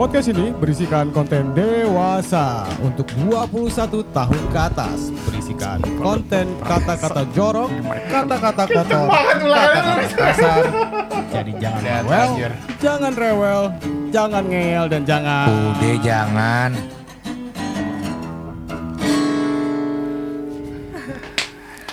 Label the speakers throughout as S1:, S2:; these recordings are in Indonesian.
S1: Podcast ini berisikan konten dewasa
S2: untuk 21 tahun ke atas berisikan konten kata-kata jorok, kata-kata kotor, kata-kata kasar. Jadi jangan
S3: Lihat,
S2: rewel,
S3: anjir.
S2: jangan rewel, jangan ngeyel dan jangan.
S3: Udah jangan.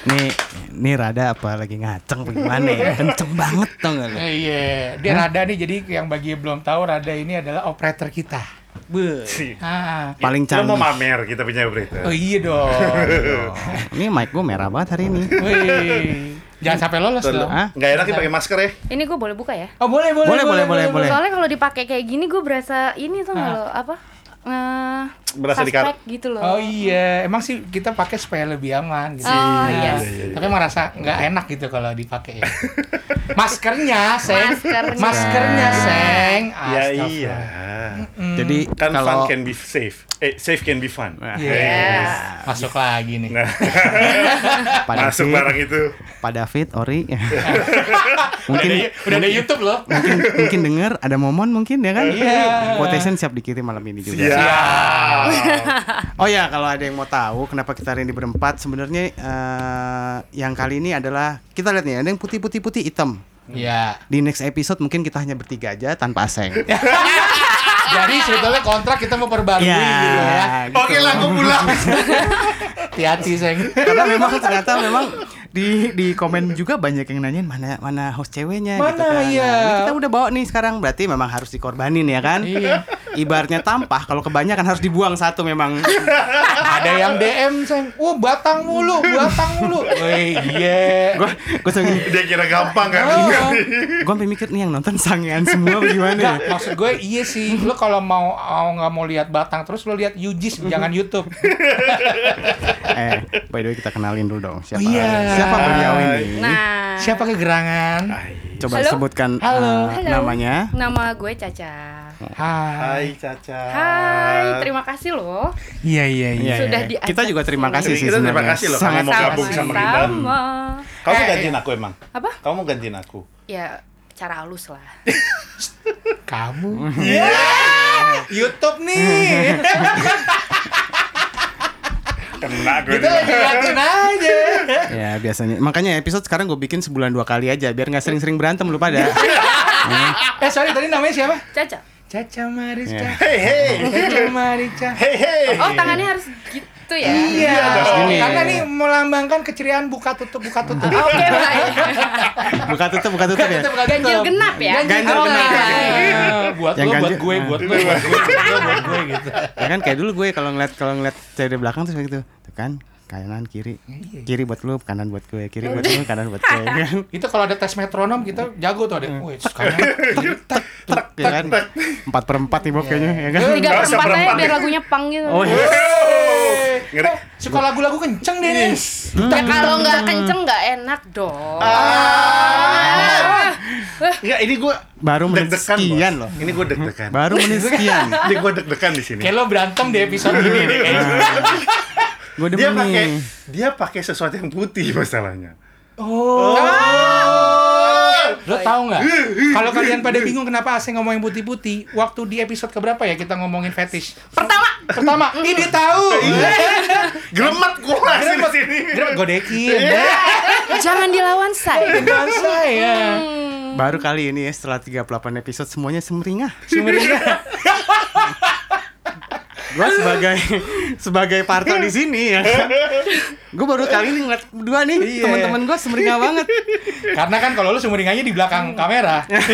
S2: Nih, nih rada apa lagi ngaceng bagaimana ya? Kenceng banget tau gak lu?
S3: Iya, dia Rada nih jadi yang bagi yang belum tahu Rada ini adalah operator kita.
S2: Beuh,
S4: sih.
S3: Ah.
S4: Ya, Lu
S2: Paling
S4: mau
S2: canggih.
S4: pamer kita punya berita.
S3: Oh iya dong.
S2: Ini mic gue merah banget hari ini.
S3: Wih. Jangan sampai lolos
S4: Tuh,
S3: dong.
S2: Hah?
S4: Nggak enak nih pakai masker ya?
S5: Ini gue boleh buka ya?
S3: Oh boleh boleh
S2: Boleh, boleh, boleh, boleh.
S5: Soalnya kalau dipakai kayak gini gue berasa ini tuh nggak
S3: Ah.
S5: lo apa? Eh,
S4: Nah. Berasa di kar-
S5: suspek gitu loh.
S3: Oh iya, emang sih kita pakai supaya lebih aman gitu.
S5: Oh,
S3: Nah,
S5: iya.
S3: Tapi emang rasa nggak enak gitu kalau dipakai. ya. Maskernya, Seng.
S5: Maskernya.
S3: Maskernya, Seng.
S4: Ya
S3: Astagfirullah.
S4: iya.
S2: Jadi
S4: Kan
S2: kalau
S4: fun can be safe. Eh, safe can be fun.
S2: Nah,
S3: Yes. Masuk lagi nih.
S4: Nah,
S2: Pak David,
S4: masuk barang itu.
S2: Pak David, Ori,
S3: Udah,
S2: mungkin Nah.
S3: ada- udah ada YouTube loh.
S2: mungkin mungkin dengar ada momon mungkin ya kan
S3: Iya.
S2: quotation siap dikirim malam ini juga
S4: Iya.
S2: oh ya kalau ada yang mau tahu kenapa kita hari ini berempat sebenarnya eh, yang kali ini adalah kita lihat nih ada yang putih putih putih hitam
S3: Iya.
S2: di next episode mungkin kita hanya bertiga aja tanpa aseng
S3: Jadi sebetulnya kontrak kita mau perbarui gitu ya.
S2: gitu.
S4: Oke lah, aku pulang.
S3: Hati-hati, Seng.
S2: karena memang ternyata memang di di komen juga banyak yang nanyain mana mana host ceweknya
S3: Mana,
S2: gitu kan.
S3: iya.
S2: Nah, ini kita udah bawa nih sekarang berarti memang harus dikorbanin ya kan.
S3: Iya.
S2: Ibaratnya tampah kalau kebanyakan harus dibuang satu memang.
S3: Ada yang DM, Seng. Wah, batang mulu, batang mulu. Wih, iya.
S2: Gua gua sampai-
S4: Dia kira gampang kan?
S3: Oh.
S2: gua sampai mikir nih yang nonton sangean semua bagaimana ya.
S3: Nggak, maksud gue iya sih. Lu kalau mau mau nggak mau lihat batang terus lu lihat Yujis jangan YouTube.
S2: Eh, by the way kita kenalin dulu dong siapa.
S3: Oh, iya.
S2: Siapa beliau ini?
S5: Nah,
S3: Siapa kegerangan?
S2: Coba
S5: Halo?
S2: sebutkan
S3: Halo.
S2: eh,
S5: halo.
S2: namanya.
S5: Nama gue Caca.
S4: Nah.
S3: Hai.
S4: Hai Caca.
S5: Hai, terima kasih loh.
S3: Iya iya iya.
S2: Iya,
S5: Sudah
S2: iya.
S5: diajak
S2: Kita juga terima
S5: sini.
S2: kasih sih
S4: Kita terima
S2: sebenarnya.
S4: kasih loh,
S2: Sangat
S4: kamu mau gabung sama kita.
S5: Sama.
S4: Kamu
S3: Eh,
S4: gantiin aku emang?
S5: Apa?
S4: Kamu mau gantiin aku?
S5: Ya cara halus lah.
S3: Kamu. Iya. YouTube nih.
S4: Kena gue.
S3: Kita lagi liatin aja.
S2: Ya biasanya Makanya episode sekarang gue bikin sebulan dua kali aja Biar nggak sering-sering berantem lu pada
S3: Eh sorry tadi namanya siapa?
S5: Caca.
S2: Iya.
S3: Caca Mariska.
S4: Hey hey.
S3: Caca Marica.
S4: Hey hey.
S5: Oh tangannya harus gitu ya.
S3: Iya,
S2: harus gini.
S3: karena ini melambangkan keceriaan buka tutup buka tutup.
S5: Oke baik.
S2: Buka tutup, buka tutup ya
S5: Ganjil genap ya.
S2: Ganjil
S5: Oh,
S2: genap.
S5: baik.
S3: buat
S2: Yang
S3: lo, buat
S2: ganjil-
S3: gue, buat lo, buat gue, buat lo, buat gue gitu.
S2: Ya kan kayak dulu gue kalau ngeliat kalau ngeliat cewek di belakang terus kayak gitu Tuh kan kanan kiri kiri buat lu kanan buat gue kiri buat lu kanan buat gue kan
S3: Itu kalau ada tes metronom kita jago tuh ada. Wih, sekarang
S2: Tek, ya kan empat per empat nih Bob kayaknya ya kan
S5: Tiga
S4: Nggak
S5: per
S4: usah
S5: empat aja
S4: perempat
S5: biar
S4: deh.
S5: lagunya pang gitu.
S2: oh iya
S4: Ngeri.
S3: Eh, suka lagu-lagu kenceng deh nih.
S5: Ya
S3: Hmm.
S5: kalau nggak kenceng nggak enak dong.
S4: Ah. Enggak, ini gue
S2: baru menit
S4: deg-degan
S2: sekian
S4: bos.
S2: loh
S4: Ini gue deg-degan.
S2: baru menit sekian
S4: Ini gue deg-degan di sini.
S3: Kayak lo berantem di episode ini deh kayaknya.
S2: gue
S4: Dia
S2: demen
S4: pakai
S2: nih
S4: dia pakai sesuatu yang putih masalahnya.
S3: Oh. Lo tau nggak? Kalau kalian pada bingung kenapa Aseng ngomongin putih-putih, waktu di episode keberapa ya kita ngomongin fetish?
S5: Pertama,
S3: Pertama, ini tahu.
S4: Gelemet gue masih di sini.
S3: Gerak godekin.
S2: Iya.
S5: jangan dilawan saya.
S3: Gedekin saya.
S2: baru kali ini ya setelah 38 episode semuanya semeringah
S3: Sumbernya.
S2: gue sebagai sebagai parto di sini ya kan gue baru kali ini ngeliat dua nih
S3: Iya.
S2: teman-teman gue semeringah banget
S3: Karena kan kalau lu sumringahnya di belakang kamera.
S2: Hmm.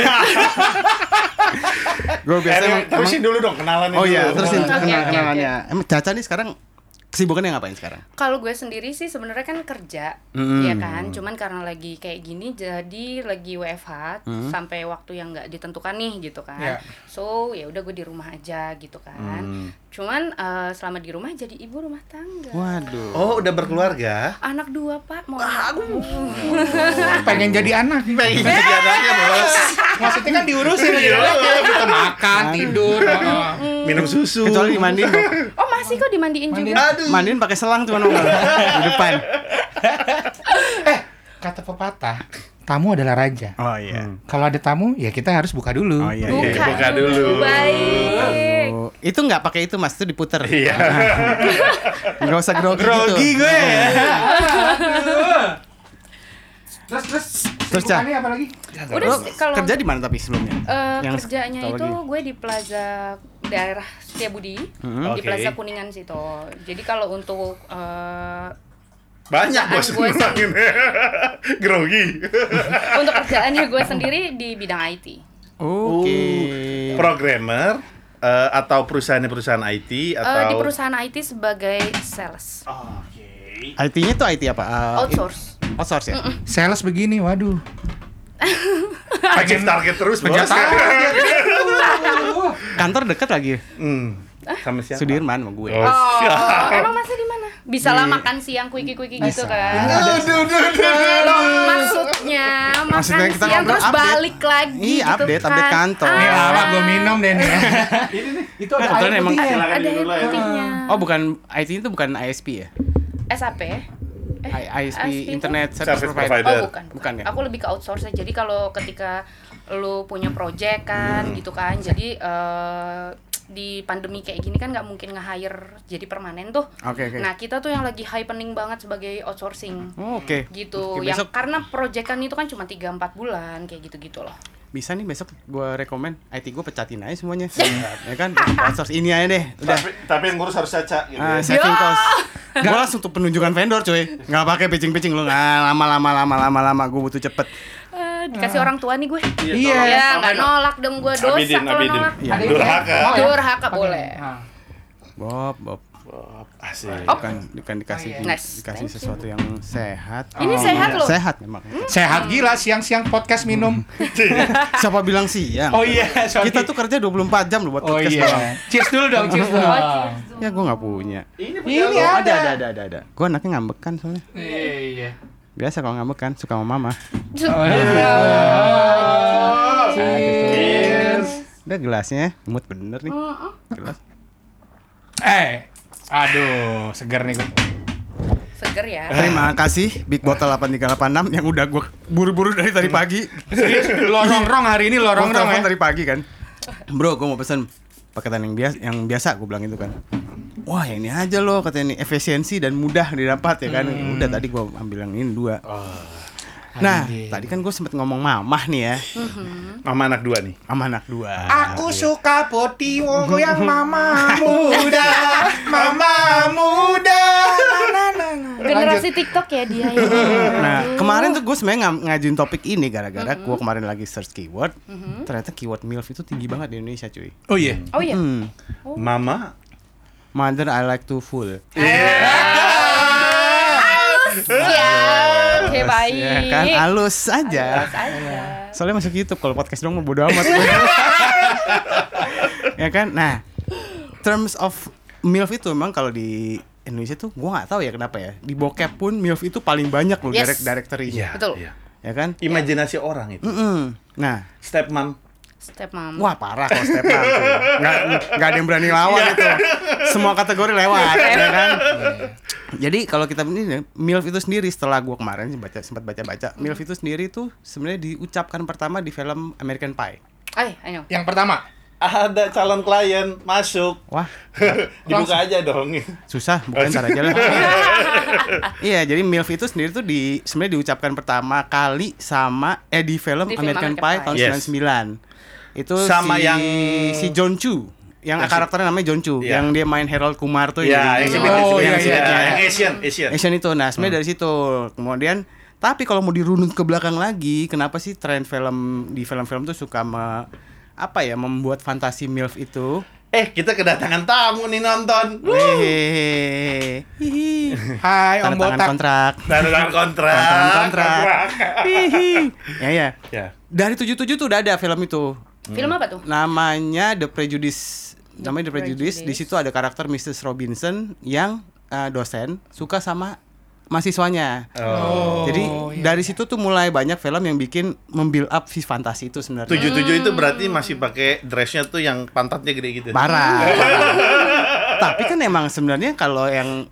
S2: gue biasa
S4: Eh,
S2: emang,
S4: terusin dulu dong kenalan
S2: oh iya terusin
S5: Oke, oke,
S2: kenal kenalannya emang Caca nih sekarang kesibukannya ngapain sekarang
S5: Kalau gue sendiri sih sebenarnya kan kerja, ya kan. Cuman karena lagi kayak gini jadi lagi WFH sampai waktu yang nggak ditentukan nih gitu
S3: Ya.
S5: kan. So ya udah gue di rumah aja gitu kan. Cuman eh, selama di rumah jadi ibu rumah tangga.
S2: waduh
S4: Oh, udah berkeluarga?
S5: Anak dua pak mau.
S3: Pengen jadi anak.
S4: Pengen jadi anaknya, Bos.
S3: Maksudnya kan diurusin ya.
S2: Iya.
S3: Kita makan, tidur. oh.
S4: Minum susu.
S2: kecuali Gitu. dimandiin Bob.
S5: Oh masih kok dimandiin
S3: Mandiin.
S5: juga.
S4: Aduh.
S2: mandiin pakai selang tuh nongol di depan
S3: Kata pepatah, tamu adalah raja.
S2: Oh iya.
S3: Kalau ada tamu, ya kita harus buka dulu.
S2: Oh iya.
S5: Buka,
S2: iya.
S4: buka dulu.
S5: Baik.
S2: Oh, itu nggak pakai itu mas, itu diputer.
S4: Iya.
S2: Nggak usah grogi,
S1: Grogi
S2: gitu.
S1: gue.
S3: Terus terus
S2: Terus, Cah.
S3: sibukannya apa lagi?
S5: Udah
S2: Lo
S5: sih, kalau
S2: kerja di mana tapi sebelumnya?
S5: Eh,
S2: Yang
S5: kerjanya
S2: tahu Uh.
S5: itu gue di Plaza daerah Setiabudi di
S4: Oke.
S5: Plaza Kuningan situ. Jadi kalau untuk eh,
S4: Banyak
S5: Kerjaan
S4: bos
S5: gue sih.
S4: ngulangin. Grogi.
S5: untuk kerjaannya gue sendiri di bidang Eh, IT.
S2: Oke. Iya.
S4: Programmer eh, atau perusahaan-perusahaan IT
S5: Eh,
S4: atau
S5: di perusahaan IT sebagai sales
S2: IT-nya tuh IT apa? Ah,
S5: outsource.
S2: in- Outsource ya?
S3: Sales begini, waduh.
S4: pengen target terus bos.
S2: Kantor dekat lagi
S4: Hmm. Sama siapa?
S2: Sudirman sama gue.
S4: Oh, siap.
S5: Emang masih di mana? Bisa lah makan siang kuiki-kuiki gitu kan.
S4: Aduh, aduh, aduh, aduh.
S5: Maksudnya makan
S2: Maksudnya kita
S5: siang
S2: ngobrol
S5: terus
S2: update.
S5: balik lagi
S2: Iya,
S5: gitu
S2: update,
S5: kan.
S2: update kantor.
S5: Ah,
S3: Ini lama gue Eh, minum deh nih.
S2: Itu ada Iya. kebetulan emang
S5: ada yang putihnya.
S2: Oh bukan IT itu bukan ISP ya?
S5: SAP. Eh,
S2: I- ISP,
S5: itu?
S2: Internet Service,
S4: Service
S2: Provider.
S4: provider.
S5: Oh bukan,
S2: Bukan
S5: bukan.
S2: ya?
S5: Aku lebih ke outsource aja. Jadi kalau ketika lu punya project
S4: Hmm.
S5: kan gitu kan. Jadi eh, di pandemi kayak gini kan nggak mungkin nge-hire jadi permanen tuh.
S2: Oke, oke.
S5: Nah, kita tuh yang lagi happening banget sebagai outsourcing.
S2: Oh, Oke.
S5: Gitu.
S2: Oke,
S5: yang
S2: besok
S5: karena proyekan itu kan cuma 3 4 bulan kayak gitu-gitu loh.
S2: bisa nih besok gue rekomen IT gue pecatin aja semuanya. ya kan? Outsource ini aja deh. Udah.
S4: Tapi, tapi yang ngurus harus caca gitu.
S2: Ah,
S4: ya.
S2: saving cost. Gue langsung tuh penunjukan vendor cuy. Nggak pakai pitching-pitching lu. Nah, lama lama lama lama lama gue butuh cepet.
S5: Eh, dikasih orang tua nih gue.
S3: Iya.
S5: Ya, nggak nolak dong gue dosa
S4: Abidin,
S5: kalau
S4: Abidin.
S5: nolak.
S2: Iya.
S4: Durhaka.
S5: Durhaka boleh.
S3: Nah,
S2: Bob, Bob.
S4: Asik.
S2: Bukan, bukan kan dikasih
S5: Oh, iya. Nice.
S2: dikasih
S5: Thank you.
S2: sesuatu yang sehat. Oh,
S5: Ini sehat loh.
S2: Sehat memang.
S3: Sehat gila siang-siang podcast minum.
S2: Siapa bilang siang?
S3: Oh iya,
S2: Hmm.
S3: sorry.
S2: Kita tuh kerja 24 jam loh buat
S3: Oh
S2: podcast doang.
S3: iya. Cheers dulu dong, cheers dulu.
S2: Ya gue nggak punya.
S3: Ini
S2: Ada ada
S3: Oh, iya, ada.
S2: ada ada. ada. Gue anaknya ngambekan soalnya.
S3: Iya, iya.
S2: Biasa kalau ngambekan suka sama mama.
S3: Oh, iya.
S2: Udah gelasnya imut bener nih. Gelas.
S3: Eh, aduh, segar nih. gua.
S5: Seger ya.
S2: Terima kasih Big Bottle 8386 yang udah gue buru-buru dari
S3: Iya.
S2: tadi pagi.
S3: Serius, lorong-rong hari ini
S2: Orang
S3: lorong-rong
S2: telepon
S3: ya.
S2: dari pagi kan. Bro, gue mau pesen paketan yang biasa yang biasa gue bilang itu kan. Wah, yang ini aja loh katanya ini efisiensi dan mudah didapat ya kan.
S3: Hmm.
S2: Udah tadi gue ambil yang ini dua.
S3: Oh.
S2: Nah, tadi kan gue sempet ngomong mamah nih ya,
S4: Mama anak dua nih.
S2: sama anak dua.
S3: Aku suka poti yang mama muda, mama muda.
S5: Generasi TikTok ya dia ya.
S2: Nah, kemarin tuh gue sebenarnya nga- ngajuin topik ini gara-gara gue kemarin lagi search keyword, ternyata keyword MILF itu tinggi banget di Indonesia, cuy.
S3: Oh iya.
S5: Oh iya.
S2: Hmm.
S4: Mama.
S2: Mother I like to fool.
S5: Iya. Siap. Iya, Oke, baik.
S2: Ya kan halus aja.
S5: Iya.
S2: Iya.
S5: Halus aja.
S2: Soalnya masuk YouTube kalau podcast dong mau bodo amat. ya kan? Nah, terms of MILF itu memang kalau di Indonesia tuh gue nggak tahu ya kenapa ya. Di bokep pun MILF itu paling banyak loh
S5: Yes.
S2: direct directory-nya.
S5: Betul.
S4: iya.
S2: Ya kan?
S4: Imajinasi orang itu.
S2: Mm-mm. Nah,
S4: Step mom.
S5: Step mom.
S2: Wah parah kalau step up tuh. nggak, nggak ada yang berani lawan itu Semua kategori lewat ya kan Jadi kalau kita ini MILF itu sendiri setelah gua kemarin baca sempat baca-baca MILF itu sendiri tuh sebenarnya diucapkan pertama di film American Pie
S5: Ay, I know.
S3: Yang pertama.
S4: Ada calon klien masuk.
S2: Wah
S4: Dibuka aja dong.
S2: susah bukan cara aja lah Iya jadi MILF itu sendiri tuh di sebenarnya diucapkan pertama kali sama eh di film,
S5: Di film
S2: American,
S5: American
S2: Pie, tahun
S4: Pie. Yes.
S2: 99 Itu
S4: Sama
S2: si,
S4: yang-
S2: si John Chu yang karakternya namanya John Chu
S4: Iya.
S2: yang dia main Harold Kumar tuh
S4: Ya,
S2: jadi-
S4: exhibit,
S3: Oh,
S4: exhibit,
S3: iya,
S4: exhibit.
S3: iya.
S4: Yang Asian, Asian. Hmm.
S2: Asian itu nah sebenarnya dari situ kemudian tapi kalau mau dirunut ke belakang lagi kenapa sih tren film di film-film tuh suka me- apa ya membuat fantasi milf itu
S4: Eh, kita kedatangan tamu nih nonton.
S2: Hehehe. Hihi.
S3: Hai Eh,
S2: tanda tangan
S3: Om Botak.
S2: kontrak
S4: Tanda kontrak.
S2: tanda tangan kontrak Hihi. ya ya
S4: Ya.
S2: dari 77 tuh udah ada film itu
S5: Film apa tuh?
S2: namanya The Prejudice namanya The Prejudice di
S5: Prejudice.
S2: situ ada karakter Mrs Robinson yang eh, dosen suka sama mahasiswanya
S4: Oh.
S2: Jadi dari situ tuh mulai banyak film yang bikin membuild up si fantasi itu sebenarnya.
S4: Tujuh tujuh Oh, itu berarti masih pakai dressnya tuh
S2: ya
S4: yang
S2: Iya,
S4: pantatnya gede gitu.
S2: Parah. Tapi kan emang sebenarnya kalau yang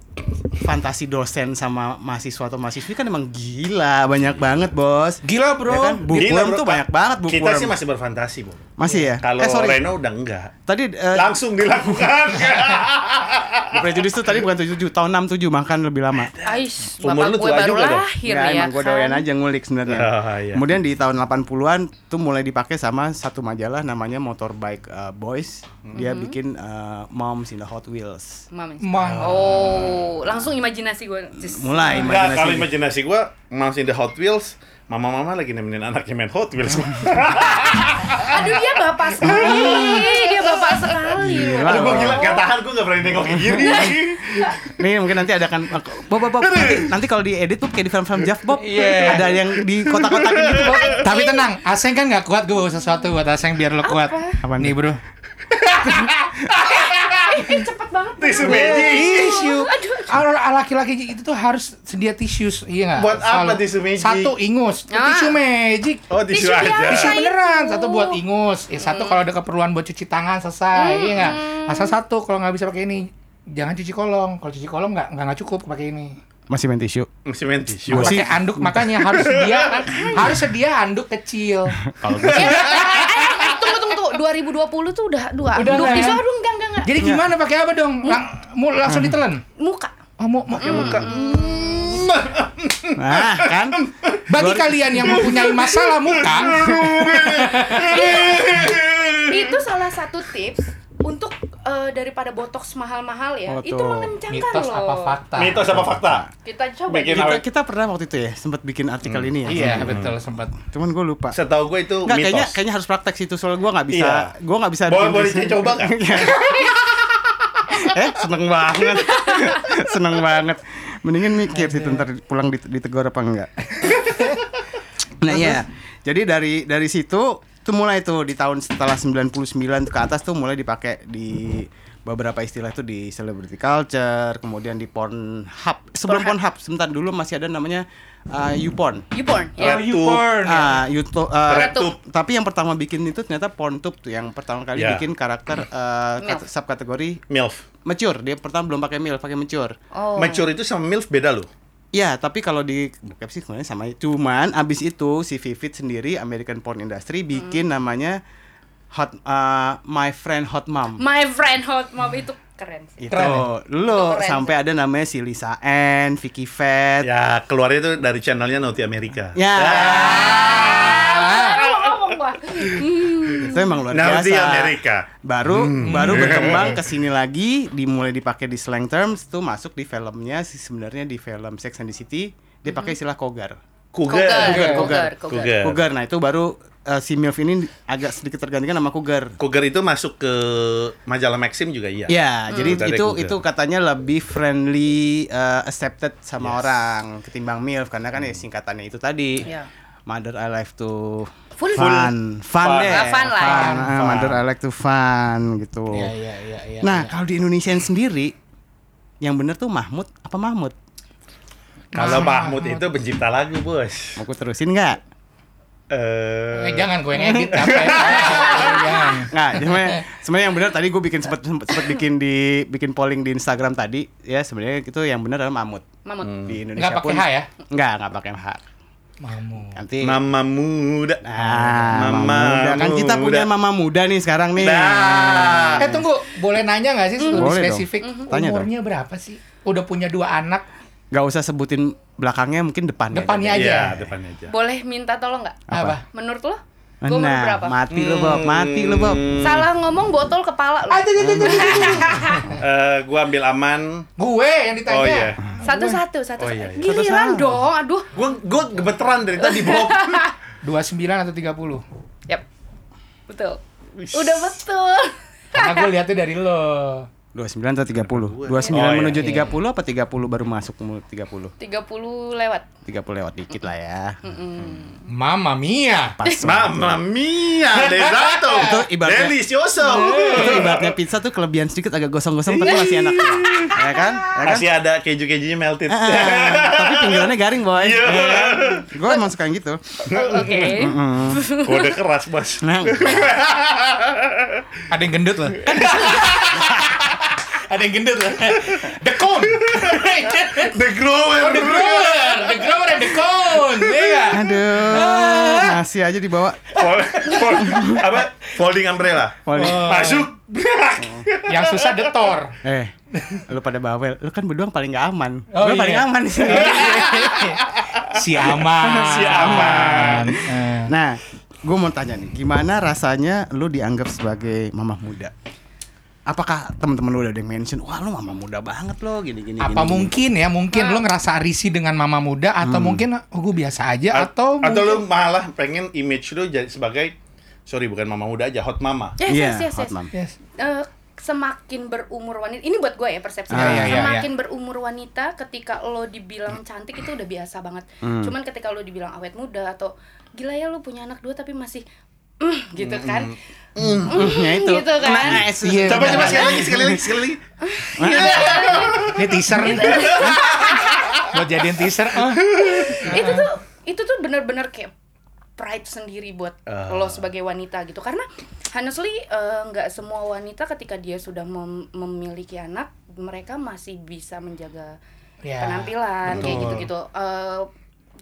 S2: fantasi dosen sama mahasiswa atau mahasiswi kan emang gila banyak banget bos
S3: Gila bro.
S2: Ya kan?
S4: Gila,
S2: Bookworm
S4: bro.
S2: tuh banyak banget
S4: Kita
S2: bookworm
S4: sih masih berfantasi, Bu.
S2: masih ya
S4: Kalau
S2: eh, sorry
S4: Reno udah enggak.
S2: tadi eh,
S4: Langsung dilakukan.
S2: The Prejudice tuh tadi bukan 77 tahun 67 makan lebih lama
S5: Ais,
S4: Umur
S5: bapak
S4: lu
S5: gue
S4: tua
S5: baru
S4: juga dong.
S5: lahir
S2: Nggak,
S5: ya
S2: emang gue doyan aja ngulik sebenarnya.
S4: Ah, iya.
S2: Kemudian di tahun 80-an tuh mulai dipakai sama satu majalah namanya Motorbike uh, Boys. Dia bikin uh, Moms in the Hot Wheels.
S5: Mami.
S3: Mom.
S5: Oh, langsung imajinasi gue.
S2: Mulai
S4: Enggak, kalau
S2: imajinasi.
S4: imajinasi gua masih the Hot Wheels, mama-mama lagi nemenin anaknya main Hot Wheels.
S5: Aduh dia bapak sekali, dia bapak sekali.
S2: Gila,
S4: Aduh, gua
S2: Bang.
S4: gila, gak tahan gua gak berani nengok ke kiri.
S2: Nih mungkin nanti ada kan Bob Bob Bob nanti, nanti kalau diedit Bob kayak di film-film Jeff Bob
S3: Iya.
S2: ada yang di kotak-kotakin gitu Bob.
S3: Tapi tenang, Aseng kan nggak kuat. Gue bawa sesuatu buat Aseng biar lo kuat.
S2: Apaan
S3: Nih bro.
S5: Eh, Cepet banget.
S4: Tisu
S5: Eh,
S4: magic.
S3: Tisu. Kalau laki-laki itu tuh harus sedia tisu, iya nggak?
S4: Buat apa
S3: Selalu.
S4: tisu magic?
S3: Satu ingus,
S5: Ah.
S3: tisu magic.
S4: Oh, tisu
S5: Tisu
S4: aja.
S5: biasa.
S3: Tisu
S5: Nah,
S3: beneran,
S5: itu.
S3: satu buat ingus, ya satu kalau ada keperluan buat cuci tangan
S5: Hmm.
S3: selesai, iya nggak? Asal satu kalau nggak bisa pakai ini, jangan cuci kolong. Kalau cuci kolong nggak nggak nggak cukup pakai ini.
S2: Masih main tisu.
S4: Masih main tisu.
S2: Gua sih-
S3: Pakai anduk makanya harus sedia harus sedia anduk kecil.
S5: eh, Tunggu tunggu tunggu, 2020 tuh udah dua.
S3: Udah lah
S5: Duduk di
S3: ya.
S5: sono, aduh enggak enggak enggak.
S3: Jadi gimana pakai apa dong? Lang- mau langsung ditelan?
S5: Muka.
S3: Oh, mau, mau.
S2: Nah, kan
S3: Bagi kalian yang mempunyai masalah muka,
S5: Itu salah satu tips untuk eh, daripada botox mahal-mahal ya.
S2: Oh,
S5: Itu
S2: tuh.
S5: mengencangkan
S3: mitos
S5: loh.
S3: apa fakta?
S4: Mitos apa fakta?
S5: Kita coba.
S4: Bikin
S5: deh.
S2: kita, kita pernah waktu itu ya sempat bikin artikel ini ya.
S3: Iya betul sempat.
S2: Cuman gue lupa.
S4: Setahu gua itu
S2: Nggak, kayaknya
S4: mitos.
S2: kayaknya harus praktek situ soalnya gue nggak bisa,
S4: Iya.
S2: gue nggak bisa.
S4: Boleh-
S2: bikin
S4: boleh
S2: desain.
S4: dicoba nggak?
S2: eh seneng banget, seneng banget. Mendingan mikir sih ntar pulang dit- ditegur apa enggak. nah ya, jadi dari dari situ tuh mulai tuh di tahun setelah 99 ke atas tuh mulai dipakai di beberapa istilah tuh di celebrity culture, kemudian di porn hub. Sebelum porn hub, sebentar dulu masih ada namanya uh, YouPorn.
S5: Youporn ya.
S4: Red tube.
S2: Ah, YouTube. eh,
S4: Red tube.
S2: tapi yang pertama bikin itu ternyata PornTube tuh yang pertama kali
S4: Ya.
S2: bikin karakter eh, kat-
S5: Milf.
S2: subkategori
S4: MILF.
S2: mature. Dia pertama belum pakai mil, pakai mature.
S5: Oh.
S4: Mature itu sama MILF beda loh.
S2: Iya, tapi kalau di bokep sih sebenarnya sama. Cuman abis itu si Vivid sendiri American Porn Industry
S5: Hmm.
S2: bikin namanya Hot eh, My Friend Hot Mom.
S5: My friend hot mom itu keren sih.
S2: itu
S3: Keren ya?
S2: lo
S5: Itu keren
S2: sampai ada namanya si Lisa Ann, Vicky Fat.
S4: Ya, keluarnya itu dari channelnya Naughty America.
S2: Eh. Ya,
S5: Ah, lu mau ngomong Hmm, gua.
S2: itu emang luar
S4: Naughty
S2: biasa.
S4: America.
S2: baru baru berkembang ke sini lagi dimulai dipakai di slang terms tuh masuk di filmnya sih sebenarnya di film Sex and the City dia
S5: Hmm.
S2: pakai istilah kogar
S4: Cougar.
S5: Cougar,
S2: Cougar.
S5: cougar,
S4: Cougar.
S5: cougar.
S2: kogar nah itu baru eh, si milf ini agak sedikit tergantikan sama kogar
S4: Cougar itu masuk ke majalah Maxim juga iya.
S5: Hmm.
S2: ya jadi
S4: Dari
S2: itu
S4: cougar.
S2: itu katanya lebih friendly eh, accepted sama orang ketimbang milf karena kan ya singkatannya itu tadi
S5: Iya.
S2: Mother I like to
S5: Full.
S2: fun, fun, deh,
S5: Ah, fun lah ya.
S2: Ah, Mother I like to fun gitu.
S3: Iya iya iya. iya.
S2: Nah, kalau di Indonesia sendiri yang bener tuh Mahmud apa Mahmud?
S4: Kalau Mahmud itu pencipta lagu, Bos.
S2: Mau ku terusin nggak?
S4: Eh,
S3: Eh, jangan gue ngedit apa ya? Jangan.
S2: Nggak, sebenarnya sebenarnya yang bener tadi gue bikin sempet, sempet sempet bikin di bikin polling di Instagram tadi ya sebenarnya itu yang bener adalah Mahmud
S5: Mamut.
S4: Hmm.
S2: di Indonesia
S3: Nggak pakai
S2: pun-
S3: H ya?
S2: Nggak, nggak pakai H.
S3: Mamu.
S2: Nanti
S4: Mama muda.
S2: Ah, mama, muda. Kan kita punya mama muda nih sekarang nih.
S4: Nah.
S3: Eh tunggu, boleh nanya nggak sih lebih
S2: Boleh dong.
S3: spesifik?
S2: Tanya dong.
S3: Umurnya berapa sih? Udah punya dua anak,
S2: Gak usah sebutin belakangnya, mungkin depannya.
S3: depannya aja.
S4: Iya, depannya aja.
S5: Boleh minta tolong nggak?
S3: Apa?
S5: Menurut lo? Gue umur
S2: Nah,
S5: berapa?
S2: mati lu Bob, mati lu Bob.
S5: Salah ngomong botol kepala lo.
S3: Aduh, aduh, aduh, aduh, aduh.
S4: Eh, gua ambil aman.
S3: Gue yang ditanya.
S4: Oh iya.
S5: Satu-satu, satu-satu.
S4: Oh, iya, iya.
S5: Giliran
S2: Satu-satu.
S5: dong, aduh.
S4: Gua gua gemeteran dari tadi, Bob.
S3: 29 atau 30?
S5: Yap. Betul. Udah betul.
S3: Karena gue lihatnya dari lo.
S2: 29 atau 30? 29
S4: Oh, iya.
S2: menuju 30 apa 30 baru masuk umur 30?
S5: 30 lewat.
S2: 30 lewat dikit lah ya.
S3: Hmm. Mama mia.
S2: Pas
S4: Mamma mia, desato.
S2: Itu ibaratnya-
S4: Delicioso. Iya.
S2: itu
S4: Ya
S2: ibaratnya pizza tuh kelebihan sedikit agak gosong-gosong tapi masih enak. ya kan? Ya kan?
S4: Masih ada keju-kejunya melted. Iya.
S2: Ah, tapi pinggirannya garing, boy.
S3: Iya.
S4: kan?
S2: Gue emang suka yang gitu.
S5: Oh, Oke.
S4: Kode keras, Bos.
S2: Nah,
S3: Ada yang gendut loh. Ada yang gendut. The cone.
S4: The Grower.
S3: The grower, the grower and the cone. Iya.
S2: Aduh,
S3: Ah.
S2: masih aja dibawa.
S4: Fol- fol- apa? Folding umbrella.
S3: Oh.
S2: Wali.
S4: Masuk.
S3: Yang susah the tor.
S2: Eh, lu pada bawel. Lu kan berdua yang paling gak aman.
S3: Oh,
S2: Gua
S3: iya.
S2: paling aman di sini.
S3: si aman.
S4: Si aman.
S3: Eh.
S2: nah, gue mau tanya nih, gimana rasanya lu dianggap sebagai mamah muda? Apakah teman-teman lu udah ada yang mention, wah lu mama muda banget lo, gini-gini.
S3: Apa mungkin ya, mungkin lo ngerasa risih dengan mama muda atau mungkin oh gue biasa aja
S4: A-
S3: atau
S4: atau
S3: mungkin-
S4: lu malah pengen image lu jadi sebagai sorry bukan mama muda aja hot mama.
S5: Yes,
S2: Iya,
S5: yes, yes,
S2: hot
S5: yes.
S2: mom.
S3: Yes.
S5: Eh, semakin berumur wanita ini buat gue ya persepsi
S3: Ah,
S5: gue.
S3: iya, iya,
S5: semakin berumur wanita ketika lo dibilang cantik itu udah biasa banget
S3: Hmm.
S5: cuman ketika lo dibilang awet muda atau gila ya lo punya anak dua tapi masih "Mm," gitu kan
S3: Hmm,
S2: Ya itu.
S5: gitu kan
S3: Iya,
S4: Coba coba
S3: benar.
S4: sekali lagi sekali lagi sekali lagi.
S3: Ini teaser nih. Mau jadiin teaser. ah.
S5: itu tuh itu tuh benar-benar kayak pride sendiri buat
S3: Ah.
S5: lo sebagai wanita gitu karena honestly eh, nggak semua wanita ketika dia sudah mem- memiliki anak mereka masih bisa menjaga
S3: Ya,
S5: penampilan kayak
S3: betul.
S5: gitu-gitu Eh,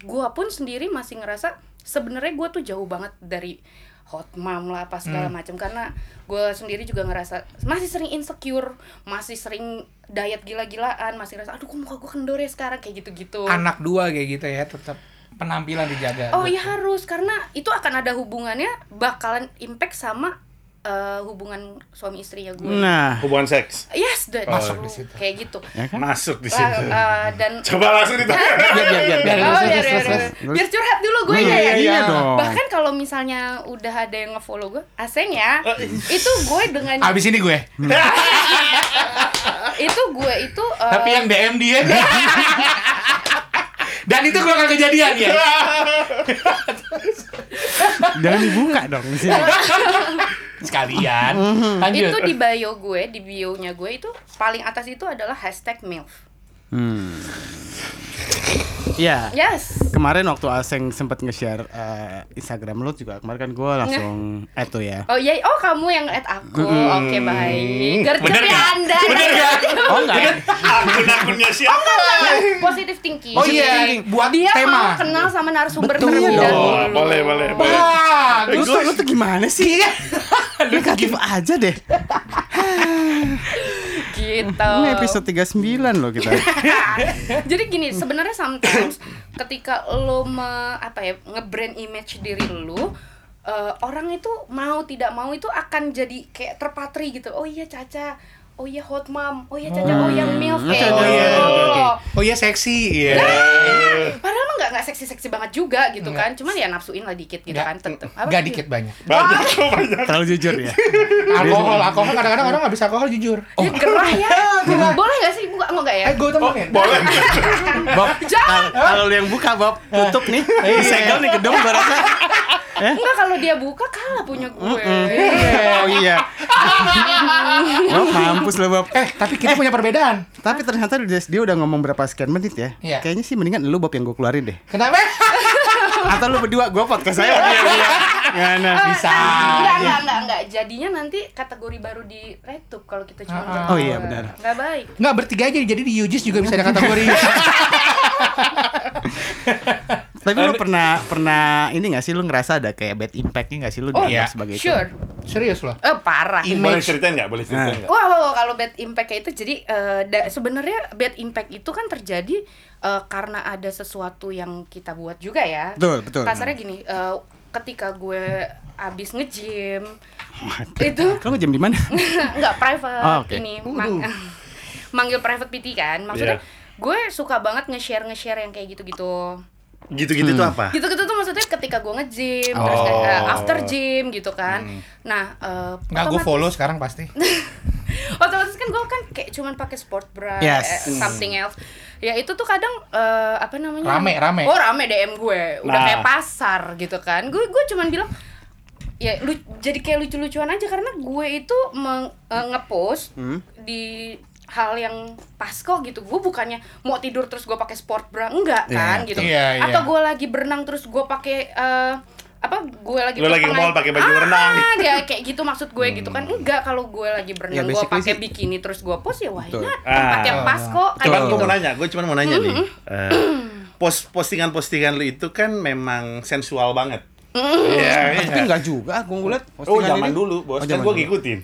S5: gua pun sendiri masih ngerasa sebenarnya gua tuh jauh banget dari hot mom lah apa segala
S3: Hmm.
S5: macam karena gua sendiri juga ngerasa masih sering insecure masih sering diet gila-gilaan masih ngerasa aduh kok muka gue kendor ya sekarang kayak gitu-gitu
S3: Anak dua kayak gitu ya, tetap penampilan dijaga.
S5: Oh iya harus karena itu akan ada hubungannya bakalan impact sama eh, hubungan suami istri ya gue.
S2: Nah, Oh.
S4: Hubungan seks.
S5: Yes, that
S3: Masuk
S5: true.
S3: di situ.
S5: Kayak gitu.
S2: ya kan?
S4: Masuk di
S5: Lah,
S4: situ.
S5: eh, dan
S4: Coba langsung ditanya.
S2: Biar, biar, biar, biar.
S5: Oh,
S3: Terus,
S5: biar,
S3: terus,
S5: biar,
S3: terus,
S5: biar. Biar curhat dulu gue
S2: Iya,
S5: ya.
S2: iya, iya dong.
S5: Bahkan kalau misalnya udah ada yang ngefollow gue, aseng ya.
S2: Oh.
S5: itu gue dengan
S3: Abis ini gue.
S5: itu gue itu eh,
S3: Tapi yang DM dia. Dan itu gue gak kejadian ya.
S2: Jangan dibuka dong di sini.
S3: Sekalian. Lanjut.
S5: itu di bio gue, di bio-nya gue itu paling atas itu adalah hashtag MILF.
S2: Hmm. Ya.
S5: Yes.
S2: Kemarin waktu Aseng sempat nge-share eh, Instagram lu juga kemarin kan gue langsung eh tuh ya.
S5: Oh iya, oh kamu yang add aku. Oke, baik. Gercep ya Anda.
S3: Bener gak?
S2: Oh
S5: ya?
S2: enggak.
S4: Akun-akunnya siapa?
S5: Positive thinking.
S3: Oh iya, buat
S5: Dia mau
S3: tema.
S5: kenal sama narasumber
S2: Betul.
S4: Oh,
S5: terlebih dahulu.
S4: boleh boleh boleh.
S3: Wah,
S2: Lu tuh, lu tuh gimana sih? Iya. Negatif aja deh.
S5: Gitu.
S2: Ini episode 39 loh kita.
S5: Jadi gini, sebenarnya sometimes ketika lo me, apa ya, nge-brand image diri lo, eh, orang itu mau tidak mau itu akan jadi kayak terpatri gitu. Oh iya Caca, oh iya hot mom, oh iya Caca, oh, iya milf kayak
S2: Oh, iya,
S5: gitu.
S4: oke,
S3: Oh iya seksi. Iya.
S5: Padahal mah nggak nggak seksi-seksi banget juga gitu kan, cuman ya nafsuin lah dikit gitu kan, tetep. Apa
S3: Gak
S5: sih?
S3: dikit banyak.
S4: Banyak kok banyak.
S2: Terlalu jujur ya.
S3: Alkohol, alkohol kadang-kadang orang habis alkohol jujur.
S5: Ya gerah ya. Boleh gak sih buka enggak ya?
S3: Oh. Eh, gue temenin.
S4: Boleh.
S2: Bob, kal- kalau lu yang buka Bob, tutup nih. Disegel nih gedung barasa.
S5: Enggak kalau dia buka kalah punya gue.
S2: Oh iya. Bob, mampus lo Bob.
S3: Eh, tapi kita punya perbedaan.
S2: Tapi ternyata dia, dia udah ngomong berapa sekian menit ya.
S3: Iya.
S2: Kayaknya sih mendingan lu Bob yang gue keluarin deh.
S3: Kenapa?
S2: Atau lu berdua gue podcast saya. Iya, nah,
S3: Bisa.
S5: Eh, Enggak, enggak, enggak, enggak. Jadinya nanti kategori baru di RedTube kalau kita cuma
S3: Ah.
S5: berdua.
S2: Oh iya, benar.
S5: Enggak baik.
S3: Enggak bertiga aja jadi di Yujis juga bisa ada kategori.
S2: Tapi lu pernah pernah ini gak sih lu ngerasa ada kayak bad impactnya gak sih lu
S5: Oh,
S2: dianggap
S3: iya.
S2: sebagai itu?
S5: Sure.
S3: Serius loh.
S5: Eh parah.
S4: Boleh ceritain nggak? Boleh ceritain
S2: Nah. Iya.
S4: nggak?
S5: Wah, wah, wah, kalau bad impact kayak itu jadi eh, da- sebenarnya bad impact itu kan terjadi eh, karena ada sesuatu yang kita buat juga ya.
S2: Betul, betul.
S5: Kasarnya gini, eh, ketika gue abis nge-gym itu
S2: Kalau jam di mana?
S5: nggak private
S2: Ah, oke.
S5: ini mang- manggil private PT kan maksudnya
S2: Iya.
S5: gue suka banget nge-share nge-share yang kayak gitu-gitu
S4: Gitu-gitu
S2: Hmm.
S4: tuh
S2: Ah.
S4: apa?
S2: Gitu.
S5: gitu-gitu tuh maksudnya ketika gue nge-gym terus kayak,
S2: Oh.
S5: eh, after gym gitu kan
S2: Hmm.
S5: nah eh,
S3: Enggak gue
S5: otomatis-
S3: follow sekarang pasti.
S5: otomatis kan gue kan kayak cuman pakai sport bra
S2: Yes.
S5: eh, something else ya itu tuh kadang eh, apa namanya
S3: Rame, rame.
S5: oh rame DM gue udah
S4: Nah.
S5: kayak pasar gitu kan gue gue cuman bilang ya lu jadi kayak lucu-lucuan aja karena gue itu meng, eh, ngepost di hal yang pas kok gitu gue bukannya mau tidur terus gue pakai sport bra enggak kan gitu
S3: Iya, iya.
S5: atau gue lagi berenang terus gue pakai eh, apa gue lagi
S4: Lu lagi ke mall
S5: pengen-
S4: pakai baju
S5: Ah,
S4: renang.
S5: ya kayak gitu maksud gue gitu
S4: Hmm.
S5: kan enggak kalau gue lagi
S2: Ya,
S5: berenang gue
S2: basically
S5: pakai
S2: sih-
S5: bikini terus gue post ya why
S2: Betul.
S5: not
S4: Ah.
S5: tempat yang pas kok kan
S4: Cuman gue
S5: gitu
S4: mau nanya, gue cuma mau nanya
S2: Hmm.
S4: nih. Eh, post postingan-postingan lu itu kan memang sensual banget. Iya,
S2: Tapi
S4: iya.
S2: Hmm. nggak juga, ah, gua ngeliat
S4: Oh,
S2: postingan
S4: zaman
S2: ini.
S4: dulu, Bos.
S2: Oh,
S4: kan
S2: zaman
S4: gue
S2: dulu.
S4: ngikutin.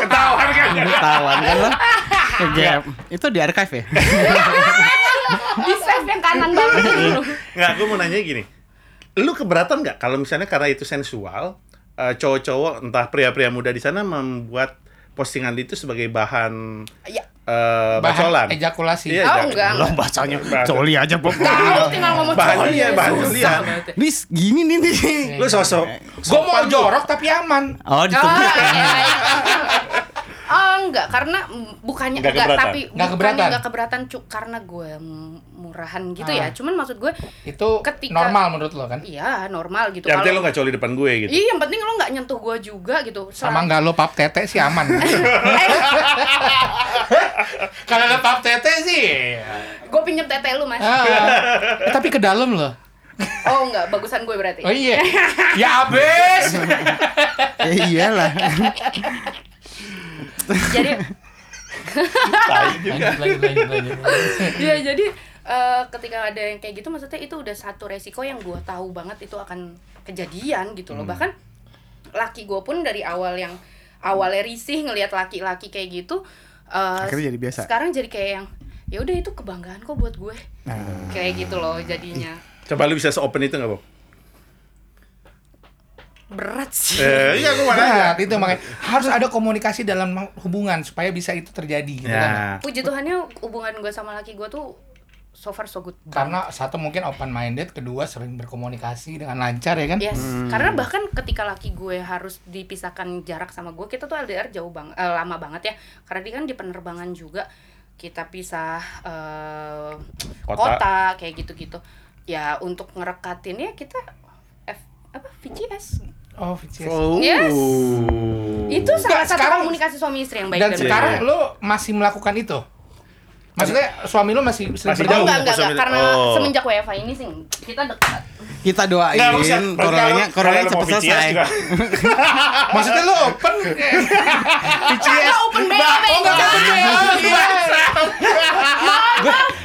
S4: Ketahuan kan?
S2: Ketahuan kan lah.
S4: Iya.
S2: Gap. Itu di archive ya?
S5: di save yang kanan banget dulu
S4: Nggak, gue mau nanya gini. Lu keberatan nggak kalau misalnya karena itu sensual, eh, cowok-cowok entah pria-pria muda di sana membuat postingan itu sebagai bahan
S5: ya
S4: eh bacolan.
S3: Bahan ejakulasi.
S4: Iya,
S5: oh
S4: jangan.
S5: enggak
S2: Lo bahasanya coli aja, Bob.
S5: tahu gitu tinggal ngomong
S4: Bahan
S5: cowok
S4: iya,
S5: ya,
S4: bahan
S5: susah
S4: iya.
S5: banget ya.
S2: Ini gini nih nih.
S4: Lu sosok
S3: Gue mau jorok tapi aman.
S2: Oh,
S5: Oh,
S2: ditunggu.
S5: iya, iya. Oh, enggak karena mm, bukannya
S4: Enggak
S5: enggak,
S4: keberatan.
S5: tapi
S3: Enggak
S5: bukannya
S3: keberatan.
S5: enggak keberatan cuk karena gue mm, murahan gitu ya
S3: Ah.
S5: cuman maksud gue
S3: Itu
S5: Ketika-
S3: normal menurut lo kan?
S5: iya normal gitu
S4: Ya, Yang penting lu
S5: Kalau-
S4: nggak coli depan gue gitu.
S5: Iya, yang penting lo nggak nyentuh gue juga gitu. Eh,
S3: Sama
S5: Selama-
S3: nggak lo pap tete sih aman. Kalau lo pap tete sih.
S5: Gue pinjem tete lu mas.
S3: Ah. Eh, tapi ke dalam loh.
S5: Oh nggak, bagusan gue berarti.
S3: Oh iya. Ya abis.
S2: Ya iyalah.
S5: Jadi,
S4: Tai juga.
S3: Lanjut, lanjut, lanjut, lanjut.
S5: ya jadi eh, ketika ada yang kayak gitu, maksudnya itu udah satu resiko yang gue tahu banget itu akan kejadian gitu
S2: Hmm.
S5: loh. Bahkan laki gue pun dari awal yang awalnya risih ngelihat laki-laki kayak gitu. eh,
S2: Akhirnya jadi biasa.
S5: Sekarang jadi kayak yang ya udah itu kebanggaan kok buat gue.
S2: Ah.
S5: Kayak gitu loh jadinya.
S4: Coba lu bisa se-open itu nggak, Bob?
S5: Berat sih.
S4: Eh, iya, gue mau nanya.
S3: Berat, itu makanya harus ada komunikasi dalam hubungan supaya bisa itu terjadi gitu kan.
S4: Ya.
S5: Puji Tuhannya hubungan gue sama laki gue tuh so far so good.
S3: Karena satu mungkin open minded, kedua sering berkomunikasi dengan lancar ya kan.
S5: Yes, karena bahkan ketika laki gue harus dipisahkan jarak sama gue, kita tuh LDR jauh bang, eh, lama banget ya. Karena dia kan di penerbangan juga, kita pisah eh,
S4: Kota.
S5: kota. kayak gitu-gitu. Ya untuk ngerekatinnya kita F, apa VCS.
S3: Oh, Vicis.
S4: Oh.
S5: Yes. Itu salah satu
S3: sekarang-
S5: komunikasi suami istri yang baik
S3: Dan
S5: dan benar.
S3: sekarang lo masih melakukan itu? Maksudnya suami lo masih sering
S4: Masih
S5: Oh,
S4: jauh.
S5: enggak, enggak,
S4: Suami-
S5: enggak. Karena
S4: Oh.
S5: semenjak WFA ini sih kita dekat.
S2: Kita doain
S4: Nggak, bisa.
S2: coronanya
S4: Kalau-
S2: coronanya
S4: kalau lu mau
S2: cepat
S4: VCS
S2: selesai.
S4: juga.
S3: Maksudnya lo open? Eh,
S5: Kagak open BO, Bang.
S3: Oh, iya.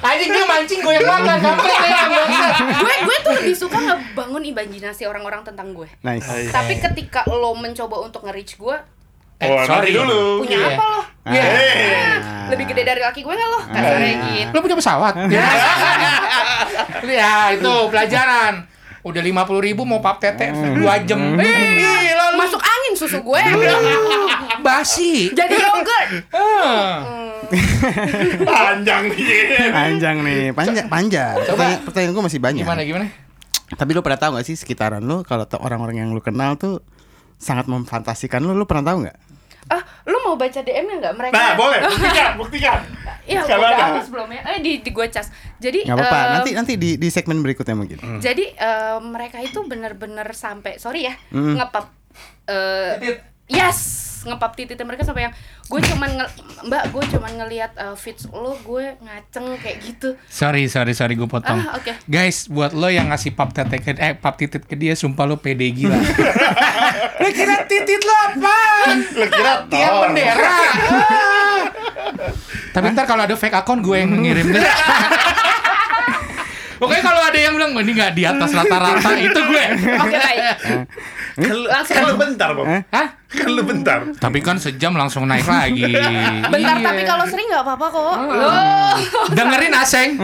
S3: Anjing dia mancing gue yang makan, kampret ya. bangsat.
S5: gue gue tuh lebih suka ngebangun imajinasi orang-orang tentang gue.
S2: Nice.
S4: Iya.
S5: Tapi ketika lo mencoba untuk nge-reach gue,
S3: Eh,
S4: Oh,
S3: sorry.
S4: nanti dulu.
S5: punya
S3: Iya.
S5: apa lo?
S3: Iya.
S5: Ah, Lebih gede dari laki gue nggak lo? Kasarnya gitu.
S3: Lo punya pesawat? Ya. ya, itu pelajaran. Udah lima puluh ribu mau pap tete dua jam. Eh, Ih, lo lu
S5: Masuk angin susu gue.
S3: basi.
S5: Jadi yogurt.
S3: Ah.
S4: Panjang dia.
S2: Panjang nih, panjang, panjang. Pertanyaan, pertanyaan gue masih banyak.
S3: Gimana gimana?
S2: Tapi lu pernah tahu gak sih sekitaran lu kalau tuh orang-orang yang lu kenal tuh sangat memfantasikan lu, lu pernah tahu nggak?
S5: Ah, lo mau baca DM-nya nggak mereka?
S4: Nah, boleh.
S3: Hmm?
S4: Buktikan, buktikan.
S5: Iya,
S4: Kalau
S5: udah
S4: ada.
S5: hapus belum ya? Eh, di, di gue cas. Jadi,
S2: Gak apa-apa,
S5: em,
S2: nanti nanti di, di segmen berikutnya mungkin.
S4: Hmm.
S5: jadi em, mereka itu bener-bener sampai, sorry ya, ngepap. eh, yes ngepap tititnya mereka sampai yang gue cuman nge- mbak gue cuman ngelihat eh, feeds lo gue ngaceng kayak gitu
S3: Sorry, sorry, sorry gue potong.
S5: Ah, oke.
S3: Guys, buat lo yang ngasih pap tete ke eh pap titit ke dia, sumpah lo pede gila. lo kira titit lo apa?
S4: Lu kira
S3: Tiang
S4: tor.
S3: bendera. Ah. Tapi ntar kalau ada fake account gue yang ngirim. Pokoknya kalau ada yang bilang, "Wah, ini gak di atas rata-rata, itu gue.
S5: oke baik
S4: Kan lu bentar, Bob.
S3: Hah?
S4: Kan lu bentar.
S3: Tapi kan sejam langsung naik lagi.
S5: Bentar,
S3: Iya.
S5: tapi kalau sering nggak apa-apa kok.
S3: dengerin Aseng,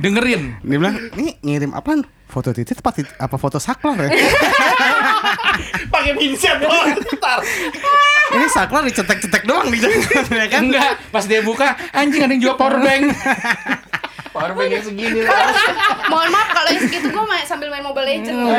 S3: dengerin.
S2: Dia bilang, ini ngirim apaan? Foto titik apa, titik- apa foto saklar ya?
S4: Pakai pinset, Bob. Bentar.
S2: ini saklar dicetek-cetek doang di jalan, ya kan?
S3: Eh, Enggak, pas dia buka, anjing ada yang jual power bank. power banknya segini lah.
S5: Mohon maaf kalau yang segitu gue main, sambil main Mobile Legends.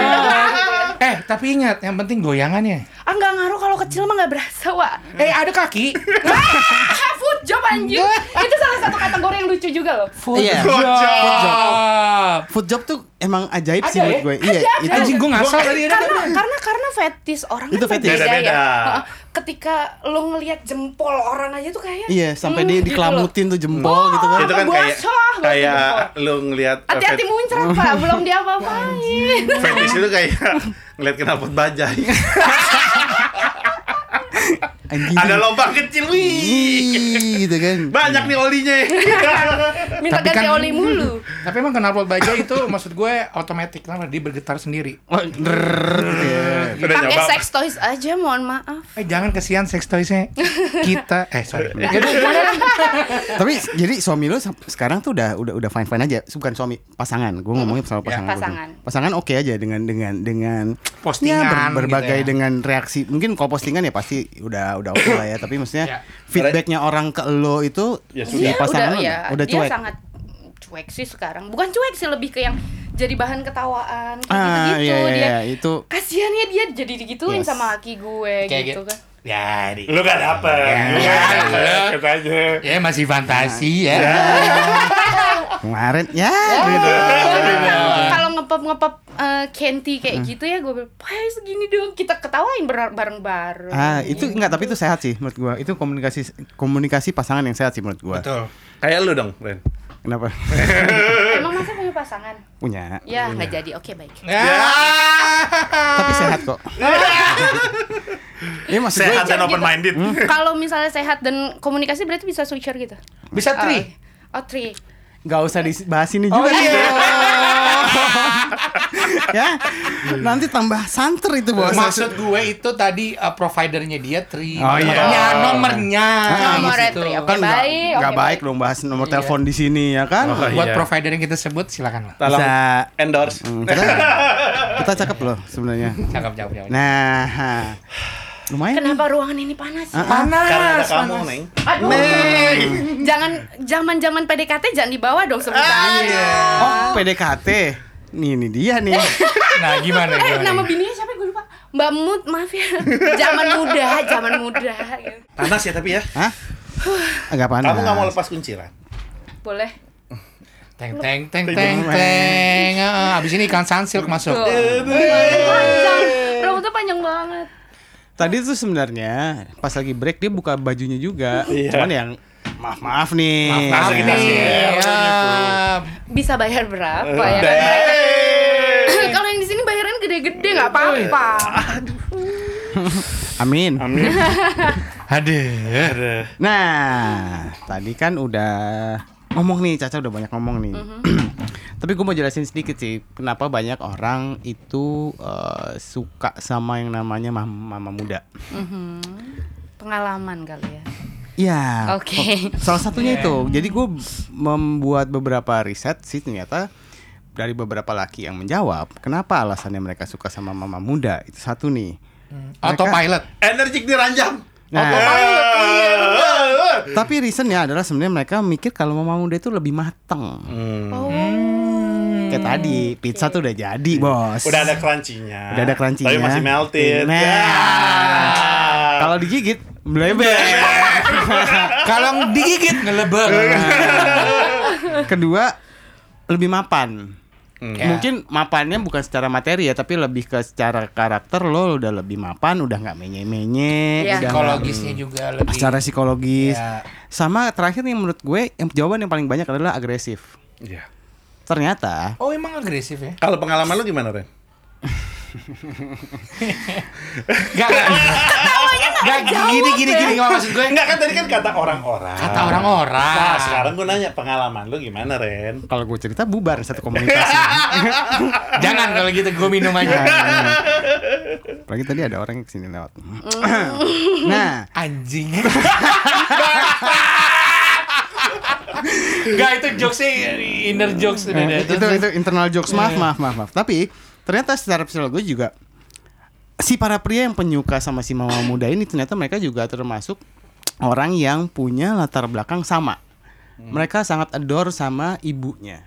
S3: eh, tapi ingat, yang penting goyangannya.
S5: ah nggak ngaruh kalau kecil mah nggak berasa, Wak.
S3: Eh, ada kaki.
S5: Ah, food Good job anjir. Itu salah satu kategori yang lucu juga loh.
S3: Food
S2: Iya.
S3: job.
S4: Food
S2: Food job tuh emang ajaib
S3: Ada
S2: sih buat
S3: ya?
S2: gue.
S5: Ada,
S2: Iya,
S5: ada.
S2: itu
S3: Anjing gue ngasal tadi ada. kan?
S5: karena karena karena fetis orang
S2: Itu
S5: kan
S2: fetis.
S5: beda
S4: Beda-beda.
S5: ya. Heeh. Ketika lo ngelihat jempol orang aja tuh kayaknya
S2: Iya, sampai
S5: mm,
S2: dia
S5: gitu loh.
S2: diklamutin tuh jempol gitu kan.
S4: itu kan
S5: Apa
S4: kayak
S5: bocah, bocah
S4: kayak
S5: jempol.
S4: lu ngelihat eh,
S5: Hati-hati
S4: fet-
S5: muncrat pak, belum dia apa-apain.
S4: fetish itu kayak ngelihat knalpot bajai.
S2: Anjing.
S4: Ada lubang kecil wih.
S2: Ih, gitu kan.
S4: Banyak nih olinya.
S5: Minta
S3: Tapi
S5: ganti
S3: kan-
S5: oli mulu.
S3: Tapi emang knalpot baja itu maksud gue otomatis karena dia bergetar sendiri.
S2: Wah, drrrr, gitu ya.
S4: Udah
S5: Pakai
S4: nyoba.
S5: sex toys aja, mohon maaf.
S3: Eh jangan kesian sex toysnya kita. Eh sorry.
S2: Tapi jadi suami lu sam- sekarang tuh udah udah udah fine fine aja, bukan suami pasangan. Gue ngomongin sama pasangan. dulu.
S5: Ya, pasangan.
S2: Pasangan oke aja dengan dengan dengan ya,
S3: Postingan gitu
S2: berbagai
S3: ya.
S2: dengan reaksi. Mungkin kalau postingan ya pasti udah udah oke lah ya. Tapi maksudnya
S3: Ya.
S2: feedbacknya orang ke lo itu
S4: Ya
S2: si
S5: Dia
S2: pasangan lu
S5: udah, ya,
S2: udah, udah
S5: dia
S2: cuek.
S5: sangat cuek sih sekarang. Bukan cuek sih lebih ke yang jadi bahan ketawaan kayak
S2: Ah iya
S5: gitu-gitu
S2: iya
S5: dia.
S2: iya, itu
S5: Kasiannya dia jadi digituin
S2: Yes.
S5: sama laki gue
S3: Kayak gitu.
S5: gitu kan.
S3: Ya, di-
S4: Lu gak dapet. Lu gak dapet,
S3: Ya.
S4: Kita aja.
S3: ya masih fantasi ya.
S2: kemarin ya. gitu.
S5: Iya, kan Kalau- Kalau ngepop-ngepop eh, Kenti kayak
S2: Hmm.
S5: gitu ya gue bilang, "Wah, segini dong kita ketawain ber- bareng-bareng."
S2: Ah itu enggak tapi itu sehat sih menurut gua. Itu komunikasi komunikasi pasangan yang sehat sih menurut gua.
S3: Betul.
S4: Kayak lu dong, Ren.
S2: Kenapa?
S5: Emang masa punya pasangan?
S2: Punya.
S5: Ya, nggak jadi. Oke, baik.
S3: Ya.
S2: Tapi sehat kok. Iya maksud gua
S4: Sehat dan open minded.
S2: Hmm.
S5: Kalau misalnya sehat dan komunikasi berarti bisa switcher gitu.
S3: Bisa tri.
S5: Oh, tri.
S2: nggak usah dibahas ini juga sih. ya nanti tambah santer itu bos
S3: Maksud gue itu tadi uh, providernya dia tri.
S2: Oh, iya.
S3: Nomornya, nomornya.
S5: Ah,
S3: Gitu.
S5: Nomor
S3: Di situ.
S5: tri. Oke,
S2: kan nggak
S5: baik.
S2: nggak
S5: oke,
S2: baik dong bahas nomor telepon di sini ya kan
S4: Oh,
S3: Buat
S4: iya.
S3: provider yang kita sebut silakan. Mas.
S4: Tolong
S2: bisa
S4: endorse.
S2: Hmm, kita, kita cakep loh sebenarnya
S3: Cakep cakep cakep.
S2: nah ha. lumayan Ah,
S5: Kenapa ruangan ini panas? ya?
S4: Karena ada
S3: Panas,
S4: kamu,
S3: panas.
S4: Neng.
S5: Aduh. Jangan zaman-zaman PDKT jangan dibawa dong sebentar.
S2: oh PDKT nih ini dia nih
S3: Nah, gimana
S5: Eh,
S3: gimana?
S5: nama bininya siapa? Gue lupa. Mbak Mut, maaf ya. Zaman muda, zaman muda. gitu.
S4: Panas ya tapi ya.
S2: Hah? agak panas
S4: Kamu gak mau lepas kunciran.
S5: Boleh.
S3: Teng teng teng teng teng. Ah, Abis ini ikan sansil masuk.
S5: Tuh. Panjang. Rambutnya panjang banget.
S2: tadi tuh sebenarnya pas lagi break dia buka bajunya juga
S4: Iya.
S2: cuman yang maaf maaf nih
S3: Maaf
S2: iya,
S3: Iya.
S4: Kasih,
S3: nih.
S4: kasih.
S3: Ya.
S5: Bisa bayar berapa
S2: Iya,
S5: ya? kan? Kalau yang di sini bayaran gede-gede nggak apa-apa.
S2: amin
S4: Amin.
S3: Aduh.
S4: Aduh.
S2: Nah, tadi kan udah ngomong nih, Caca udah banyak ngomong nih. Tapi gue mau jelasin sedikit sih, kenapa banyak orang itu eh, suka sama yang namanya mam- mama muda.
S5: Mhm. Pengalaman kali ya.
S2: Iya.
S5: Oke.
S2: kok- Salah satunya itu. Jadi gue membuat beberapa riset sih ternyata dari beberapa laki yang menjawab, kenapa alasannya mereka suka sama mama muda? Itu satu nih.
S3: Autopilot.
S4: Energik diranjang.
S2: Nah,
S4: Eh.
S2: tapi reasonnya adalah sebenarnya mereka mikir kalau mama muda itu lebih mateng.
S4: Hmm.
S5: Oh,
S2: Kayak tadi pizza tuh udah jadi, Bos.
S4: Hmm. Udah ada crunchy-nya.
S2: Udah ada crunchy-nya.
S4: Tapi masih melted.
S2: Nah.
S4: Ya.
S2: Kalau digigit melebar.
S3: Kalau digigit ngeleber.
S2: Kedua lebih mapan.
S4: Hmm.
S3: Ya.
S2: Mungkin mapannya bukan secara materi ya, tapi lebih ke secara karakter lo udah lebih mapan, udah nggak menye-menye,
S5: Iya.
S2: udah
S3: psikologisnya juga
S2: nggak-
S3: lebih.
S2: secara psikologis.
S3: Ya.
S4: Iya.
S2: Sama terakhir yang menurut gue yang jawaban yang paling banyak adalah agresif.
S4: Iya.
S2: Ternyata
S3: Oh emang agresif ya?
S4: Kalau pengalaman lu gimana, Ren?
S3: Gak, gak, gak, gini, gini, gini, gak maksud gue
S4: Enggak kan tadi kan kata orang-orang.
S3: Kata orang-orang
S4: Nah, sekarang gue nanya pengalaman lu gimana, Ren?
S2: kalau gue cerita bubar satu Nah, komunitas.
S3: Jangan kalau gitu gue minum aja
S2: nah. Apalagi tadi ada orang yang kesini lewat. nah,
S3: Anjing Gak itu jokesnya inner jokes udah
S2: Eh,
S3: deh.
S2: itu, itu internal jokes maaf
S3: Iya.
S2: maaf maaf maaf tapi ternyata secara psikologi juga si para pria yang penyuka sama si mama muda ini ternyata mereka juga termasuk orang yang punya latar belakang sama
S3: Hmm.
S2: mereka sangat adore sama ibunya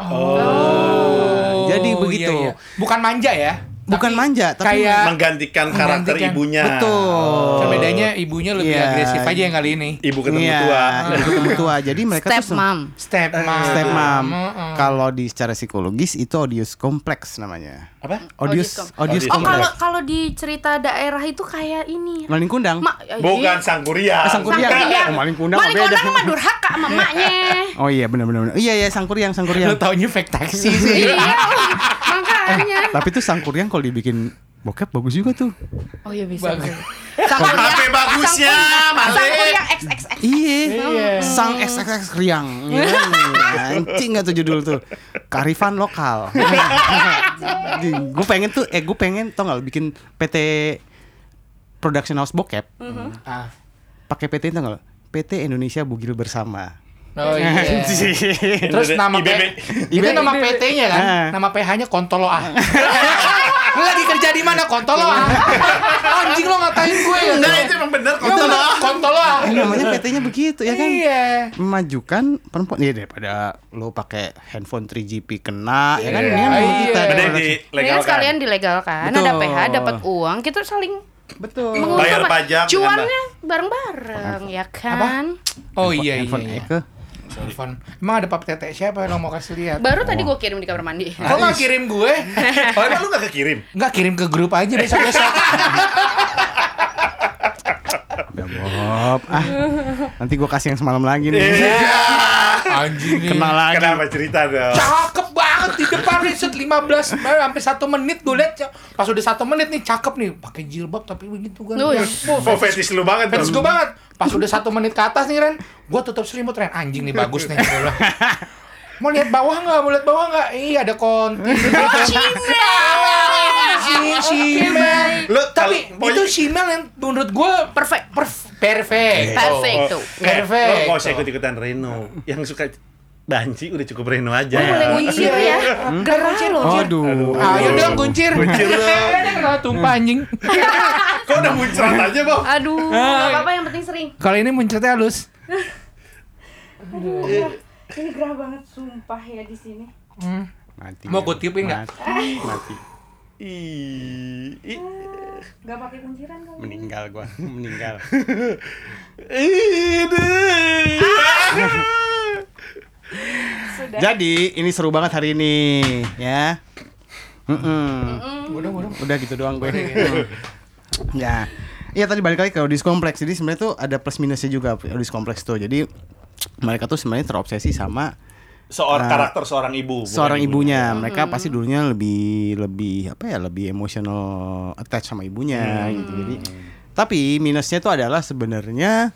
S3: Oh,
S2: Jadi
S3: iya,
S2: begitu.
S3: iya. Oh, Bukan manja ya
S2: Bukan manja, tapi
S3: kayak
S4: menggantikan karakter
S3: Menggantikan.
S4: ibunya.
S2: Iya. Betul.
S3: Cuma bedanya ibunya lebih
S2: Iya.
S3: agresif aja yang kali ini.
S4: Ibu ketemu
S2: Iya,
S4: tua.
S2: ibu ketemu tua. Jadi mereka
S5: Step
S2: tuh sem-
S5: mom.
S3: Step mom.
S2: step mom.
S3: Iya. Mm-mm.
S2: Kalau di secara psikologis itu odious kompleks namanya.
S4: Apa?
S2: Odious
S5: Odious
S2: odious
S4: Odious
S5: Oh kalau
S2: kompleks.
S5: kalau di cerita daerah itu kayak ini. iya.
S2: Maling kundang.
S5: Mak
S4: Bukan sangkuriang.
S2: Sangkuriang.
S5: Sangkuriang.
S2: Oh, maling kundang
S5: Balik
S2: mah beda.
S5: kondang mah durhaka sama emaknya.
S2: Oh iya benar benar. benar. Iya iya sangkuriang
S3: Lu
S2: sangkuriang.
S3: taunya fake taxi sih.
S5: Iya, makanya.
S2: Tapi tuh sangkuriang kalau dibikin bokep bagus juga tuh.
S5: Oh iya bisa.
S3: Bagus.
S5: Sangkuriang.
S4: Apa bagusnya, Malik?
S5: Sangkuriang XXX.
S2: Iya. Sang XXX Riang. Iya, Anjing gak tuh judul tuh. Karifan lokal. gue pengen tuh eh gue pengen tau gak lu bikin PT Production House Bokep
S3: Ah.
S2: pakai PT tau gak lu? PT Indonesia Bugil Bersama.
S3: Oh iya. Terus
S4: Iya,
S3: nama P-
S4: IBB.
S3: itu
S2: IBB.
S3: nama PT-nya kan,
S2: Iya, Ah.
S3: nama PH-nya Kontolo ah. lu lagi kerja di mana Kontolo ah? Anjing lo ngatain gue ya.
S4: Nah, itu emang bener
S3: Itu
S4: kontol.
S3: Kontolo ah.
S2: Eh, namanya PT-nya begitu ya kan?
S3: Iya.
S2: Memajukan perempuan ya daripada lu pakai handphone 3GP kena ya kan?
S4: Iya.
S2: Ini yang mau
S3: Iya.
S2: kita
S4: Mending
S2: production-
S4: kan.
S5: Mendingan sekalian
S4: dilegalkan.
S5: dilegalkan, ada
S2: Betul.
S5: PH dapat uang, kita saling
S2: Betul.
S5: menguntungkan.
S4: Bayar pajak
S5: Cuannya bareng-bareng ya kan.
S3: Oh iya
S2: handphone Eh,
S3: iya.
S2: Eke.
S3: Telepon. Emang ada Pak Tete siapa yang lo mau kasih lihat?
S2: Oh.
S5: Baru tadi gue kirim di kamar mandi.
S3: Kok nggak kirim gue?
S4: Oh, emang lu gak kekirim?
S3: Nggak kirim ke grup aja besok besok.
S2: Udah Ya, Bob. Ah, nanti gue kasih yang semalam lagi
S3: Iya.
S2: nih.
S3: Anjing.
S2: Kenal lagi.
S4: Kenapa cerita dong?
S3: Cakep banget di depan riset 15 eh, sampai 1 menit gue liat Cak. pas udah 1 menit nih cakep nih pakai jilbab tapi begitu kan.
S2: iya.
S5: Nuh, ya.
S4: Oh, fetish lu banget
S3: Fans gue
S4: dong.
S3: banget. Pas udah satu menit ke atas nih Ren, gue tutup selimut Ren. Anjing nih bagus nih. gua bilang. mau lihat bawah nggak? Mau lihat bawah nggak? Iya ada konti. si Shimel.
S4: Lu
S3: Tapi
S4: kalau-
S3: itu Shimel yang menurut gue perfect, perf- perfect.
S5: Perfect
S4: Oh,
S5: tuh.
S4: Enggak,
S3: Perfect.
S4: lo gak usah ikut-ikutan Reno. Yang suka banci udah cukup Reno aja.
S5: Gue boleh
S2: Iya,
S5: ngucir ya. Gerah loh.
S2: Aduh.
S3: Ayo dong kuncir.
S4: Oh. Kuncir dong. Hmm.
S3: Kenapa tumpah anjing?
S4: Kok udah muncrat aja, Bang?
S5: Aduh, nggak apa-apa yang penting sering.
S3: Kalau ini muncratnya halus.
S5: Ini gerah banget sumpah ya di sini.
S2: Mati.
S3: Mau gua tiupin nggak?
S2: Mati. Mati.
S4: Ih, ih,
S5: Gak pakai kunciran kali.
S2: Meninggal gua, meninggal.
S4: ih, deh.
S2: Jadi ini seru banget hari ini, ya. Mm-mm.
S3: Bodoh bodoh.
S2: Udah gitu doang gue. ya. Iya tadi balik lagi ke audios kompleks. Jadi sebenarnya tuh ada plus minusnya juga audios kompleks tuh. Jadi mereka tuh sebenarnya terobsesi sama Nah,
S4: Seorang karakter seorang ibu. bukan
S2: seorang ibunya. Ah. Mereka pasti
S5: Hmm.
S2: dulunya lebih lebih apa ya lebih emotional attached sama ibunya gitu. Jadi tapi minusnya itu adalah sebenarnya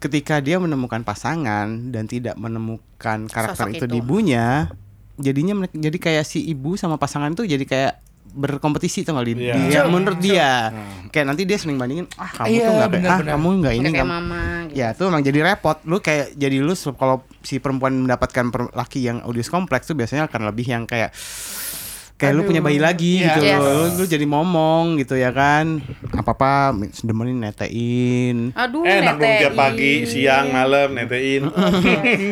S2: ketika dia menemukan pasangan dan tidak menemukan karakter
S5: Sosok
S2: itu, di
S5: itu.
S2: ibunya, jadinya mereka- jadi kayak si ibu sama pasangan tuh jadi kayak berkompetisi tuh kali
S4: Iya.
S2: dia menurut dia kayak nanti dia sering bandingin ah kamu
S3: Iya,
S2: tuh nggak pe- ah
S3: benar-benar.
S2: kamu nggak ini
S5: Kayak
S2: kamu-
S5: mama gitu.
S2: Ya itu emang jadi repot Lu kayak jadi lu se- kalau si perempuan mendapatkan per- laki yang audius kompleks tuh biasanya akan lebih yang kayak Kayak lu punya bayi lagi
S3: Iya.
S2: gitu
S5: Yes.
S2: loh. Lu, lu jadi momong gitu ya kan Apa-apa demenin netein
S5: Aduh,
S4: Enak dong tiap
S5: netein.
S4: pagi, siang, malam, netein.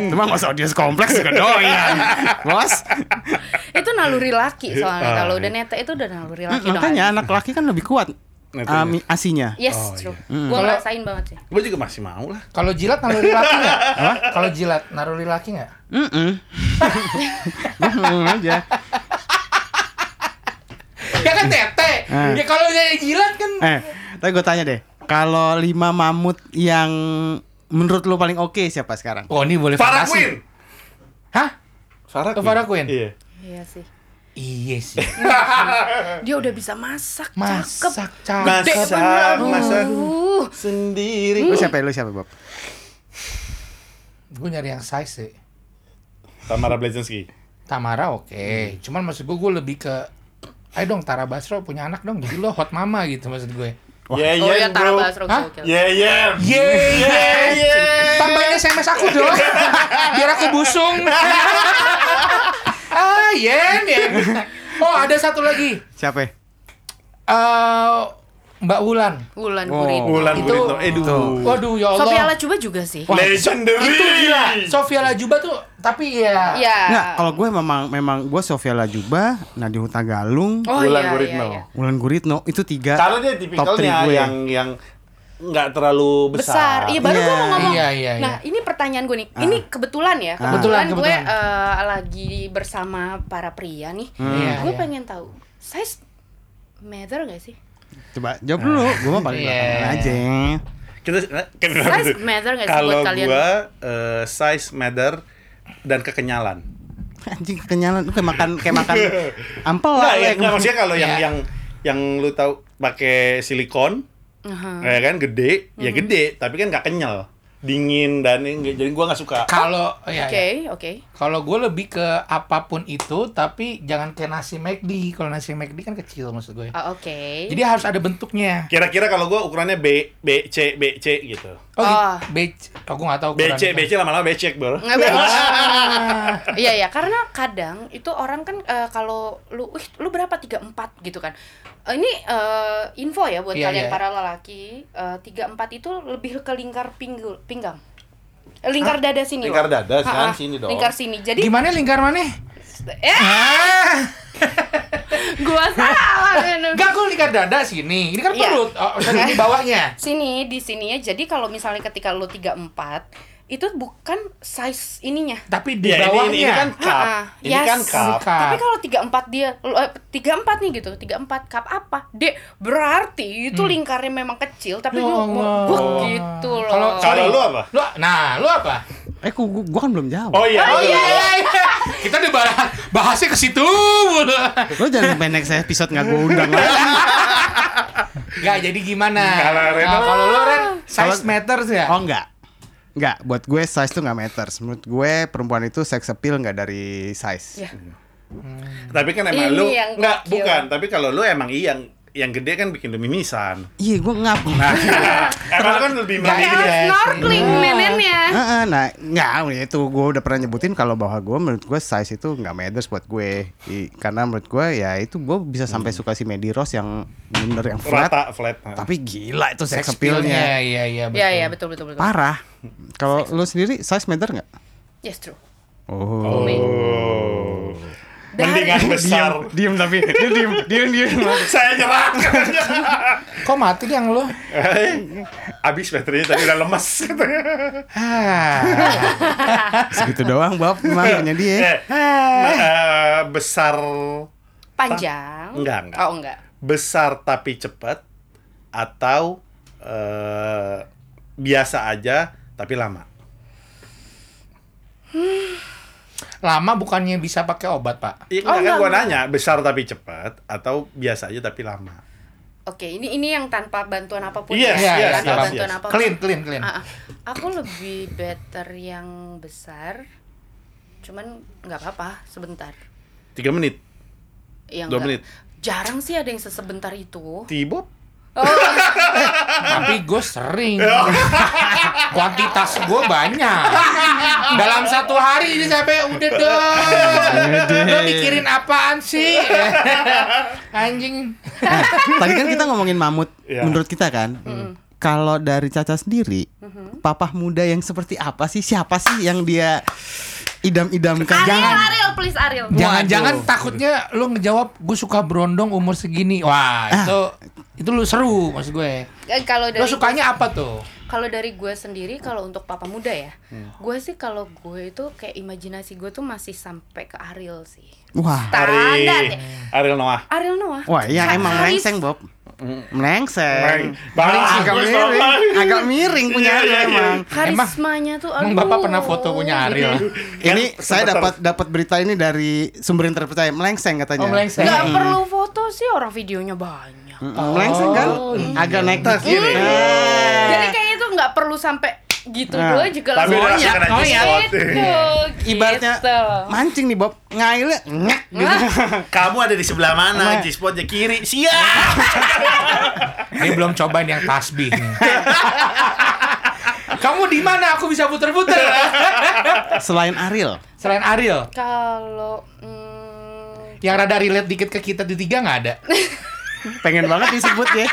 S2: Cuma gak usah audius kompleks juga ya. doyan Bos
S5: Itu naluri laki soalnya
S4: Ah,
S5: kalau
S4: iya.
S5: udah nete itu udah naluri
S3: Mm,
S5: laki dong.
S2: Makanya anak laki kan lebih kuat
S4: Netein.
S2: ami- asinya
S5: Yes,
S4: Oh,
S5: true.
S4: iya.
S5: Gue
S3: Kalau-
S5: ngerasain banget sih.
S4: Gue juga masih mau lah.
S3: Kalau jilat naluri laki nggak? Kalau jilat naluri laki nggak?
S2: Mm-mm. Mm-mm aja
S3: Ya kan tete.
S2: Eh.
S3: Ya kalau jadi jilat kan
S2: Eh, tapi gue tanya deh, kalau lima mamut yang menurut lu paling oke siapa sekarang?
S3: Oh ini boleh
S4: Farah
S3: fantasi.
S4: Queen.
S3: Hah?
S4: Farah
S3: Oh, Farah Queen?
S4: Iya.
S5: Iya sih.
S3: Iya sih.
S5: Dia udah bisa masak,
S3: Masak
S5: cakep.
S3: cakep.
S5: Gede
S4: Masak,
S5: bener.
S4: masak
S5: Uh,
S4: sendiri.
S2: Lu siapa? ya? Lu siapa, Bob?
S3: Gue nyari yang size sih.
S4: Tamara Blazinski.
S3: Tamara oke. Cuman maksud gue gue lebih ke Ayo dong Tara Basro punya anak dong jadi lo hot mama gitu maksud gue.
S4: Yeah,
S5: Oh ya
S4: yeah,
S5: Tara
S4: bro.
S5: Basro
S3: Iya, Hah? Iya.
S5: gokil.
S4: Yeah, yeah.
S3: Yeay.
S4: Yeah, yeah.
S3: Tambahin SMS aku dong. Biar aku busung. ah,
S4: ya?
S3: yen, yen. Oh, ada satu lagi.
S2: Siapa?
S3: Eh Mbak Wulan.
S5: Wulan
S2: Oh,
S5: Guritno.
S4: Wulan
S5: itu
S4: Guritno, Edu.
S2: Tuh.
S3: Waduh ya Allah.
S5: Sophia Lajuba juga sih.
S2: Wah,
S4: Eh, Legendary.
S3: Itu gila. Sofia Lajuba tuh tapi ya.
S5: Iya.
S2: Nggak, kalau gue memang memang gue Sofia Lajuba, Nadia Huta Galung,
S5: Oh
S4: Wulan
S5: iya,
S4: Guritno.
S5: iya, iya.
S2: Wulan Guritno itu
S5: Nah,
S2: tiga.
S4: Karena dia
S2: top three
S4: tipikalnya
S2: gue.
S4: yang yang nggak terlalu
S5: ya. Besar.
S4: besar.
S5: Iya baru gue
S2: Iya.
S5: mau ngomong.
S3: Iya, iya,
S5: Nah, ini pertanyaan gue nih. Ini kebetulan ya.
S3: Kebetulan,
S5: Kebetulan, gue
S3: kebetulan.
S5: eh, lagi bersama para pria nih.
S3: Iya,
S5: gue
S3: iya.
S5: pengen tahu size matter gak sih?
S2: Coba jawab dulu, gue mah paling
S3: Iya.
S2: belakangan aja.
S4: Kita
S5: Size matter gak sih
S4: kalau
S5: buat kalian?
S4: gua eh, size matter dan kekenyalan.
S2: Anjing kenyalan, lu kayak makan kayak makan Eh, ampel
S5: Oh,
S2: lah.
S4: Enggak, ya,
S2: kayak
S4: enggak maksudnya kalau yang
S3: Iya.
S4: yang yang lu tahu pakai silikon,
S3: Iya,
S5: Aha.
S4: ya kan gede, ya
S5: Hmm.
S4: gede, tapi kan nggak kenyal, dingin dan ini, jadi gua nggak suka.
S3: Kalau ya, ya.
S5: Oke, oke.
S3: Kalau gue lebih ke apapun itu, tapi jangan kayak nasi McD. Kalau nasi McD kan kecil maksud gue.
S5: Ah, Oke.
S3: Jadi harus ada bentuknya.
S4: Kira-kira kalau gua ukurannya B B C B C gitu.
S3: Oh,
S5: Oh.
S3: Bec, aku nggak tahu.
S4: B
S3: ukurannya.
S4: C B C lama-lama becek, Bro.
S5: Nggak bagus. Iya ya, karena kadang itu orang kan eh, kalau lu, wih, lu berapa tiga empat gitu kan. Eh, ini eh, info ya buat
S3: Iya,
S5: kalian
S3: iya.
S5: para lelaki, eh, tiga empat itu lebih ke lingkar pinggul, pinggang. Eh, Lingkar dada sini.
S4: Lingkar
S5: loh.
S4: dada, kan,
S5: Ha-ha,
S4: sini dong.
S5: Lingkar sini. Jadi
S3: Gimana lingkar mana?
S5: eh
S3: Ah,
S5: gua salah.
S3: enggak gue lingkar dada sini. Ini kan
S5: Iya.
S3: perut. Oh, sorry, ini bawahnya.
S5: Sini di sini ya. Jadi kalau misalnya ketika lu tiga empat itu bukan size ininya.
S3: Tapi di
S4: Ya ini,
S3: bawahnya.
S4: ini, ini kan cup.
S5: Ha-ha,
S4: Ini
S5: Ah, yes.
S4: kan cup.
S3: Cup.
S5: Tapi kalau 34 dia eh, 34 nih gitu, 34 cup apa? Dek, berarti itu lingkarnya memang kecil tapi
S3: Ya
S5: lu
S3: Allah.
S5: buk gitu loh.
S3: Kalau-
S4: Kalau lu apa?
S3: Lu, nah, lu apa?
S2: Eh, gua, gua- gua kan belum jawab.
S4: Oh iya.
S3: Oh,
S4: lu-
S3: iya, iya, iya. Kita udah bahas, bahasnya ke situ. mulu.
S2: Lo jangan sampai next episode nggak gue undang lagi.
S3: Nggak, jadi gimana?
S4: Kalau Ren
S3: Nah,
S4: apa?
S3: kalau lu Ren, size
S2: Kalau-
S3: matters ya?
S2: Oh enggak. Enggak, buat gue size tuh nggak matters. Menurut gue perempuan itu sex appeal nggak dari size.
S5: Ya.
S4: Tapi kan emang
S5: Ini
S4: lu
S5: yang
S4: nggak
S5: gokil.
S4: bukan, tapi kalau lu emang iya yang yang gede kan bikin demi misan.
S2: Iya, gue ngap.
S4: Nah,
S3: Ah.
S4: Emang lu kan lebih
S3: Nggak,
S4: memilih
S3: iya.
S5: Kayak snorkeling
S3: Iya.
S5: neneknya.
S2: Heeh, nah, nggak itu gue udah pernah nyebutin kalau bahwa gue menurut gue size itu nggak matters buat gue I- karena menurut gue ya itu gue bisa sampai suka si Medi Rose yang bener yang flat
S4: rata flat.
S2: tapi gila itu sex
S3: Sex appeal-nya,
S2: appealnya
S3: Iya, iya,
S5: Iya, iya, betul betul betul.
S2: parah kalau lo sendiri size matter nggak
S5: Yes, true.
S2: oh
S4: Oh. Mendingan besar.
S2: diem tapi dia diem diem diem
S4: Saya nyerah.
S3: Kok mati yang lu?
S4: Abis baterainya tadi udah lemes katanya.
S3: Ah.
S2: segitu doang bab emang punya dia
S4: Eh, eh, besar
S5: Panjang?
S4: Enggak, enggak.
S5: Oh, enggak.
S4: besar tapi cepat atau eh, biasa aja tapi lama.
S3: Lama bukannya bisa pakai obat, Pak.
S4: Iya, enggak,
S5: Oh,
S4: kan
S5: enggak,
S4: gua
S5: enggak.
S4: nanya, besar tapi cepat atau biasa aja tapi lama.
S5: Oke, ini ini yang tanpa bantuan apapun.
S4: Yes,
S5: ya,
S3: yes,
S5: tanpa
S3: yes,
S5: bantuan
S4: yes.
S5: apapun.
S3: iya, Clean, clean, clean.
S5: Ah, ah. aku lebih better yang besar. Cuman nggak apa-apa, sebentar.
S4: Tiga menit.
S5: Yang
S4: Dua
S5: nggak-
S4: menit.
S5: Jarang sih ada yang sesebentar itu.
S4: Tibo
S5: ah.
S3: Tapi gue sering.
S5: Iya.
S3: Kuantitas gue banyak. Dalam satu hari ini sampai udah dong. Lo mikirin apaan sih? Anjing.
S2: Nah, tadi kan kita ngomongin mamut
S4: Iya.
S2: menurut kita kan. Kalau dari Caca sendiri,
S5: Mm-hmm.
S2: papah muda yang seperti apa sih? Siapa sih yang dia idam-idamkan? Jangan
S5: Ariel, please Ariel.
S3: Jangan-jangan takutnya lo ngejawab gue suka berondong umur segini. Wah, itu itu lu seru maksud gue.
S5: Eh, Kalau
S3: Lo
S5: dari
S3: sukanya apa tuh?
S5: kalau dari gue sendiri kalau untuk papa muda ya,
S4: Hmm.
S5: gue sih kalau gue itu kayak imajinasi gue tuh masih sampai ke Ariel sih.
S2: Wah.
S4: Ari
S5: Standar ya.
S4: Ariel Noah.
S5: Ariel Noah.
S2: Wah, iya
S5: Ka-
S2: emang
S5: Karis-
S2: melengseng, Bob. Melengseng.
S4: Eh, Bang,
S2: Agak
S4: bagus,
S2: miring,
S4: Bang.
S2: agak miring punya
S4: Iya,
S2: Ariel
S4: iya, iya.
S2: emang.
S5: Karismanya tuh
S3: Emang
S5: aduh.
S3: bapak pernah foto punya Ariel?
S4: Kan
S2: Ini saya
S4: sebentar.
S2: dapat dapat berita ini dari sumber yang terpercaya, melengseng katanya.
S3: Oh, melengseng.
S5: Gak perlu foto sih orang videonya banyak.
S4: Hmm.
S2: Mm, melengseng kan?
S3: Oh, iya.
S2: Agak naik Eh. tas
S4: gini.
S5: Eh. Jadi kayaknya tuh nggak perlu sampai gitu
S2: Nah,
S5: doang juga
S4: Tapi udah
S5: langsung
S4: kena
S5: gitu,
S4: jackpot.
S5: gitu.
S2: Ibaratnya mancing nih, Bob. Ngailnya ngek gitu.
S4: Kamu ada di sebelah
S2: Nah.
S4: mana? G-spotnya kiri. Siap.
S3: Ini belum cobain yang tasbih. nih. Kamu di mana? Aku bisa puter-puter.
S2: Selain Ariel,
S3: Selain Ariel,
S5: Kalau hmm, mm,
S3: yang rada relate dikit ke kita di tiga nggak ada.
S2: pengen banget disebut ya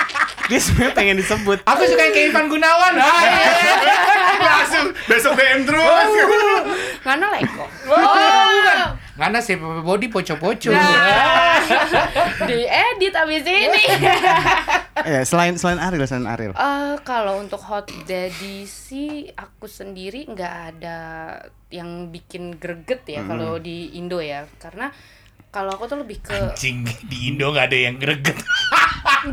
S2: dia sebenarnya pengen disebut
S3: Aku suka yang kayak Ivan Gunawan. Ah, iya.
S6: langsung besok DM terus
S5: Ngana leko.
S3: Oh, bukan. Karena si body poco-poco.
S5: Nah, diedit abis ini.
S2: ya selain selain Ariel selain Ariel
S5: Eh, kalau untuk hot daddy sih aku sendiri nggak ada yang bikin greget ya kalau di Indo ya karena kalau aku tuh lebih ke
S3: Anjing, di Indo nggak ada yang greget.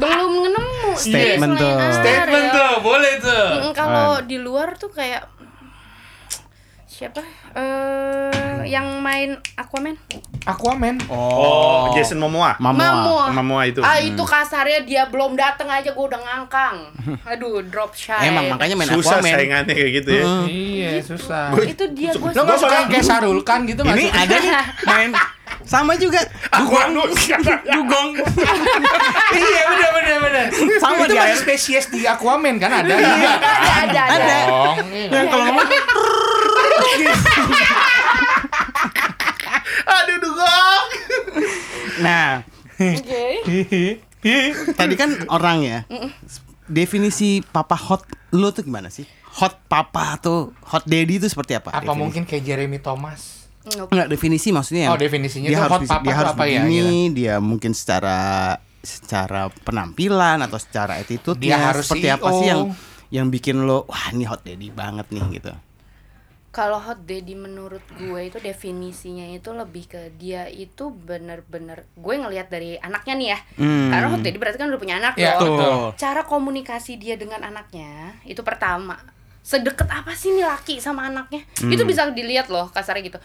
S5: belum nemu Jadi
S2: Statement
S5: selain
S2: tuh.
S5: Ariel,
S3: Statement tuh, boleh tuh.
S5: Mm, kalau di luar tuh kayak siapa eh yang main Aquaman
S3: Aquaman.
S4: Oh, Jason Momoa.
S2: Mamoa
S5: Mamoa
S4: Mamoa itu.
S5: ah itu kasarnya dia belum dateng aja gua udah ngangkang aduh drop shot
S2: emang makanya main
S4: Susah
S2: Aquaman
S4: saingannya kayak gitu ya.
S5: Hmm.
S3: Iya, susah.
S5: itu dia gua
S3: Lo nggak suka yang kayak Sarulkan gitu
S2: ini
S3: masuk?
S2: ada nih main sama juga dugong dugong
S3: iya, bener bener bener.
S2: Sama
S3: itu
S2: di
S3: masih
S2: air.
S3: spesies di Aquaman kan ada.
S5: ada ada ada
S2: ada
S3: Dong.
S2: yang kalau ngomong
S4: Aduh dugong.
S2: nah
S5: oke
S2: tadi kan orang ya definisi papa hot lu tuh gimana sih hot papa tuh hot daddy itu seperti apa
S3: Apa
S2: Definisi.
S3: mungkin kayak Jeremy Thomas?
S5: Nope.
S2: Enggak definisi maksudnya. ya?
S3: Oh, definisinya
S2: dia
S3: tuh
S2: harus
S3: hot
S2: bisa-
S3: papa
S2: dia
S3: tuh
S2: harus
S3: apa ya,
S2: begini,
S3: gitu.
S2: dia mungkin secara secara penampilan atau secara attitude
S3: Dia harus E
S2: seperti apa sih
S3: CEO.
S2: yang yang bikin lo wah ini hot daddy banget nih gitu.
S5: Kalau hot daddy menurut gue itu definisinya itu lebih ke dia itu bener-bener gue ngelihat dari anaknya nih ya.
S2: Hmm.
S5: Karena hot daddy berarti kan udah punya anak
S3: Iya,
S5: dong.
S3: betul.
S5: Cara komunikasi dia dengan anaknya itu pertama sedekat apa sih nih laki sama anaknya
S3: Hmm.
S5: itu bisa dilihat loh kasarnya gitu.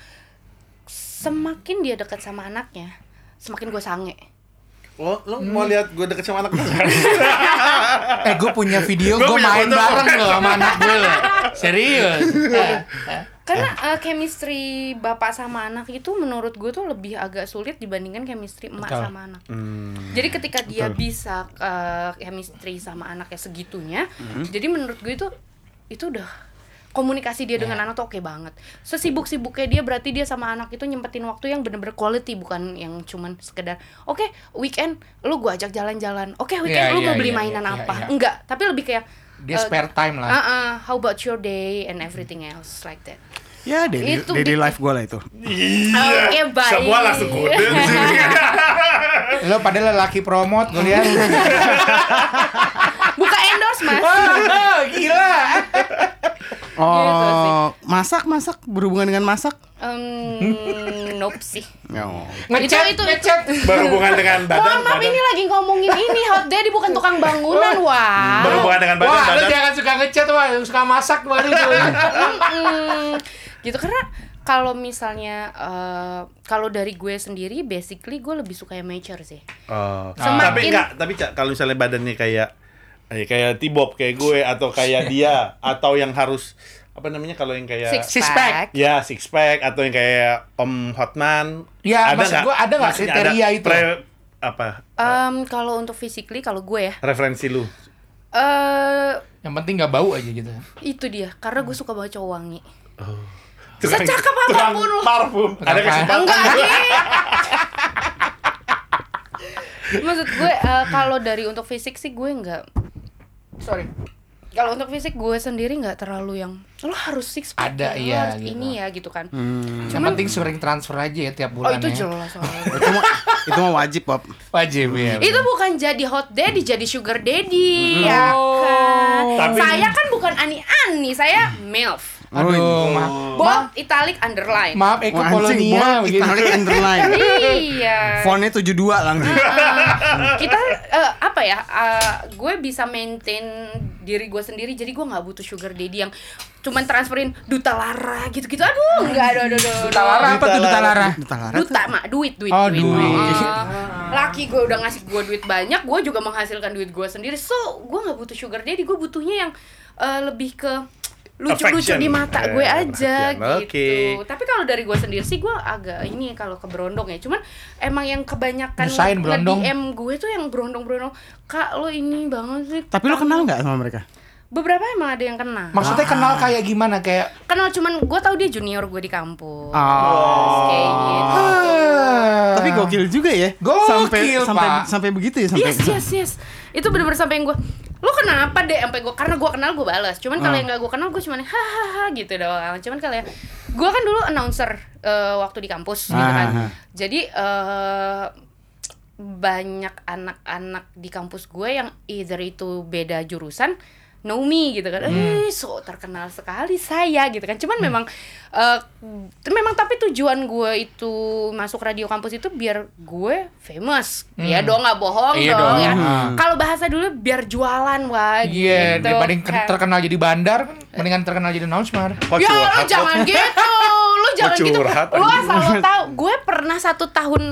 S5: Semakin dia dekat sama anaknya, semakin gue sange.
S4: Oh, lo
S5: Hmm.
S4: mau lihat gue deket sama anak
S3: Eh, gue punya video
S4: Gua
S3: gue
S4: punya
S3: main
S4: foto.
S3: bareng loh sama anak gue loh. Serius. Eh, eh.
S5: Karena eh, chemistry bapak sama anak itu menurut gue tuh lebih agak sulit dibandingkan chemistry emak
S3: Betul. Hmm.
S5: sama anak. Jadi ketika dia bisa eh, chemistry sama anaknya segitunya,
S3: Hmm.
S5: jadi menurut gue itu itu udah komunikasi dia
S3: Ya.
S5: dengan anak tuh oke banget. Sesibuk-sibuknya dia berarti dia sama anak itu nyempetin waktu yang bener-bener quality bukan yang cuman sekedar oke weekend lu gua ajak jalan-jalan. Oke
S3: Iya,
S5: weekend lu
S3: iya,
S5: mau beli
S3: iya,
S5: mainan
S3: iya,
S5: apa?
S3: iya.
S5: Enggak, tapi lebih kayak
S3: Dia
S5: eh,
S3: spare time lah.
S5: uh-uh, how about your day and everything else like that.
S2: Ya, daddy,
S5: Itu
S2: daddy
S5: bikin-
S2: life gue lah itu.
S5: Oke, Eh, baik.
S6: semua langsung kode di sini
S3: Lo pada lelaki promote gue lihat.
S5: Buka endorse, Mas.
S3: Wah, gila.
S5: Iya,
S2: Oh, masak masak berhubungan dengan masak?
S5: Em, nope sih.
S2: Oh.
S3: Ngechat,
S5: itu-
S3: ngechat.
S6: berhubungan dengan badan
S5: Mohon maaf ini lagi ngomongin ini hot daddy bukan tukang bangunan wah.
S4: Hmm,
S6: berhubungan dengan badan
S3: Wah, lo
S6: badan
S3: jangan suka ngechat, wah, yang suka masak baru tuh.
S5: Mm-mm. gitu karena kalau misalnya eh, kalau dari gue sendiri basically gue lebih suka yang mature sih.
S4: Oh.
S5: Semakin-
S4: Tapi enggak, tapi Cak, kalau misalnya badannya kayak eh, kayak Tibob kayak gue atau kayak dia atau yang harus apa namanya kalau yang kayak
S5: Six
S3: Six pack.
S5: pack.
S4: ya six pack atau yang kayak Om Hotman.
S3: Ya, maksud gua ada nggak
S4: Maksudnya
S3: kriteria itu?
S4: pre- apa
S5: Em, kalau untuk physically kalau gue ya
S4: referensi lu?
S5: eh
S3: Yang penting nggak bau aja gitu.
S5: itu dia karena gue suka banget cowok wangi.
S4: Tukang-
S5: Secakep
S4: tukang
S5: apapun lo.
S4: parfum. Ada
S3: Apa?
S4: kesempatan.
S5: Enggak Ya, Ki. Maksud gue eh, kalau dari untuk fisik sih gue nggak
S3: Sorry.
S5: kalau untuk fisik gue sendiri nggak terlalu yang lo harus six pack
S3: Ada,
S5: ya, lo
S3: iya,
S5: harus
S3: gitu.
S5: ini ya gitu kan
S3: Yang penting sering transfer aja ya tiap
S5: oh
S3: bulan
S5: itu
S3: ya.
S5: jelas soalnya.
S2: Itu mah itu mah wajib, Pop.
S3: Wajib ya.
S5: itu bukan jadi hot daddy jadi sugar
S3: Hmm.
S5: daddy ya kan
S3: Oh.
S4: Tapi-
S5: saya kan bukan ani ani saya milf
S3: Aduh, maaf.
S5: bold italic underline
S3: Maaf, Eko
S2: Wah, anjing,
S3: Polonia
S2: buat
S3: begitu.
S2: Italian underline.
S5: iya
S2: Fontnya 72 langsung.
S5: kita eh, apa ya eh, gue bisa maintain diri gue sendiri jadi gue nggak butuh sugar daddy yang cuman transferin duta lara gitu gitu aduh nggak aduh aduh, aduh,
S3: Duta Lara apa tuh Duta Lara?
S2: Duta Lara tuh
S5: duta mak duit duit
S3: Oh, duit.
S5: Heeh. laki gue udah ngasih gue duit banyak gue juga menghasilkan duit gue sendiri so gue nggak butuh sugar daddy gue butuhnya yang eh, lebih ke
S4: Affection.
S5: lucu-lucu di mata gue
S4: Eh,
S5: aja
S4: perhatian.
S5: gitu
S4: Oke.
S5: tapi kalau dari gue sendiri sih gue agak ini kalau ke berondong ya cuman emang yang kebanyakan
S3: Nyusahin berondong.
S5: nge-DM gue tuh yang berondong-berondong kak lo ini banget sih
S2: Tapi lo kenal nggak sama mereka?
S5: beberapa emang ada yang kenal
S3: Maksudnya kenal kayak gimana? Kayak
S5: kenal cuman gue tau dia junior gue di kampus
S2: Oh.
S5: kayak gitu
S3: eh.
S2: Tapi Tapi gokil juga ya.
S3: Gokil,
S2: sampai, sampai
S3: Pak.
S2: sampai begitu ya sampai.
S5: yes yes yes itu bener-bener sampai yang gue lo kenapa deh sampai gue karena gue kenal gue balas cuman
S2: Ah.
S5: kalau yang gak gue kenal gue cuman hahaha gitu doang cuman kalau ya gue kan dulu announcer eh, waktu di kampus gitu kan
S2: Ah.
S5: jadi eh, banyak anak-anak di kampus gue yang either itu beda jurusan Naomi gitu
S2: Hmm.
S5: kan, eh so terkenal sekali saya gitu kan. Cuman memang, eh, memang tapi tujuan gue itu masuk radio kampus itu biar gue famous, ya
S2: Hmm.
S5: dong nggak bohong
S3: Iya
S5: dong,
S3: dong.
S5: ya.
S3: Hmm.
S5: Kalau bahasa dulu biar jualan wah
S3: Iya,
S5: gitu.
S3: daripada yang
S5: kan.
S3: terkenal jadi bandar, kan mendingan terkenal jadi announcer.
S4: Kok
S5: Ya
S4: curhat
S5: lo
S4: lo?
S5: jangan gitu, lo jangan gitu.
S4: curhat,
S5: Lo
S4: anjing.
S5: asal lo tahu, gue pernah satu tahun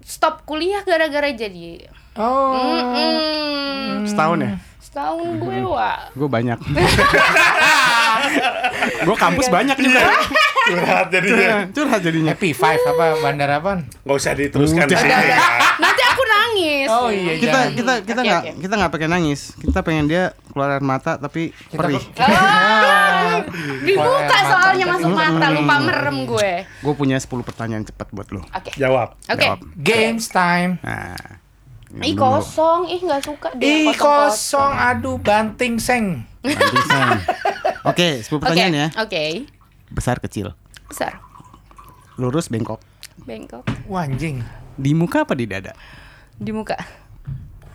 S5: stop kuliah gara-gara jadi
S3: Oh.
S5: Mm-mm.
S2: Setahun ya.
S5: Setahun gue,
S3: Hmm.
S5: Wak.
S2: Gue banyak. gue kampus banyak juga.
S6: curhat jadinya
S2: Curhat jadinya.
S3: Happy Five apa bandar apa?
S4: Nggak usah diteruskan di
S2: Udah.
S4: sini ya.
S5: Nanti aku nangis.
S3: Iya. Oh iya,
S2: Kita
S3: jangan.
S2: kita kita
S5: Oke,
S2: nggak
S5: oke.
S2: kita nggak pengen nangis. Kita pengen dia keluar air mata tapi perih.
S5: Ah, dibuka
S3: Keluar
S5: soalnya
S3: mata.
S5: masuk mata lupa merem gue.
S2: Gue punya 10 pertanyaan cepat buat lo.
S5: Oke.
S3: Ya.
S4: Jawab.
S5: Oke.
S2: Jawab.
S3: Games time.
S2: Nah. yang
S5: Ih
S2: dulu.
S5: kosong, ih nggak suka dia
S3: Hmm. Ih
S5: kosong.
S3: kosong, aduh banting seng.
S2: Pantesan. Oke, 10
S5: Oke.
S2: pertanyaan ya.
S5: Oke.
S2: Besar kecil.
S5: Besar.
S2: Lurus bengkok.
S5: Bengkok
S3: Wah anjing.
S2: Di muka apa di dada?
S5: di muka.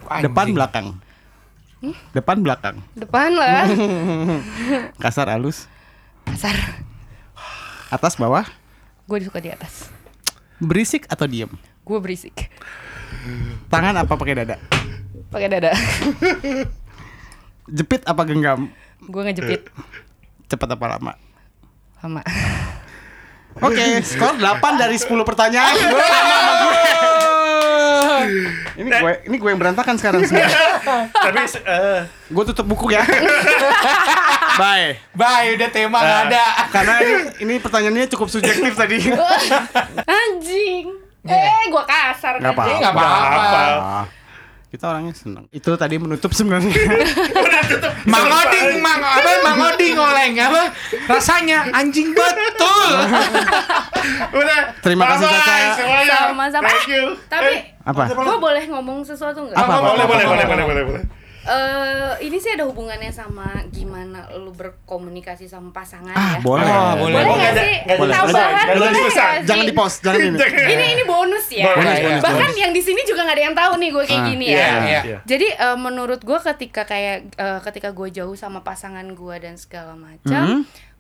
S3: Wah,
S2: Depan
S3: anjing.
S2: belakang. Depan belakang.
S5: Depan lah.
S2: Kasar halus.
S5: Kasar.
S2: Atas bawah.
S5: Gue suka di atas.
S2: Berisik atau diem?
S5: Gue berisik.
S2: Tangan apa pakai dada?
S5: Pakai dada.
S2: Jepit apa genggam?
S5: gue ngejepit
S2: Cepat apa lama?
S5: sama.
S2: Oke, skor 8 dari 10 pertanyaan. Sama sama gue. Ini gue ini gue yang berantakan sekarang semua.
S4: Tapi eh,
S2: Gue tutup buku ya. Bye.
S3: Bye, udah tema nggak ada.
S2: Karena ini, ini pertanyaannya cukup subjektif tadi.
S5: Anjing. Eh, gue kasar.
S2: Nggak
S5: kan?
S2: apa-apa.
S3: Nggak apa-apa.
S2: Ah, kita orangnya seneng. Itu tadi menutup sebenarnya.
S3: Mang Oding, Mang apa? Mang Oding oleng apa? Rasanya anjing betul.
S6: udah
S2: Terima kasih,
S6: bye-bye
S2: Caca.
S6: semuanya.
S5: Sama-sama.
S6: thank you
S5: Tapi
S2: Apa?
S5: gue boleh ngomong sesuatu nggak?
S2: Eh. Apa?
S6: boleh boleh boleh boleh boleh boleh
S5: eh ini sih ada hubungannya sama gimana lu berkomunikasi sama pasangan
S2: Ah,
S5: ya.
S2: Boleh.
S3: Oh, boleh.
S5: Boleh nggak
S6: Nggak
S5: sih?
S6: ada- nggak ada
S5: Tambahan
S6: selesai. Nggak ada
S5: boleh nggak
S6: selesai.
S5: sih?
S2: Jangan di post, jangan ini.
S5: Ini ini bonus ya.
S6: Boleh,
S3: boleh,
S5: Bahkan yang di sini juga nggak ada yang tahu nih gue kayak
S2: Ah,
S5: gini ya.
S3: Iya, iya.
S4: Iya.
S5: Jadi eh, menurut gue ketika kayak eh, ketika gue jauh sama pasangan gue dan segala
S4: Hmm.
S5: macam,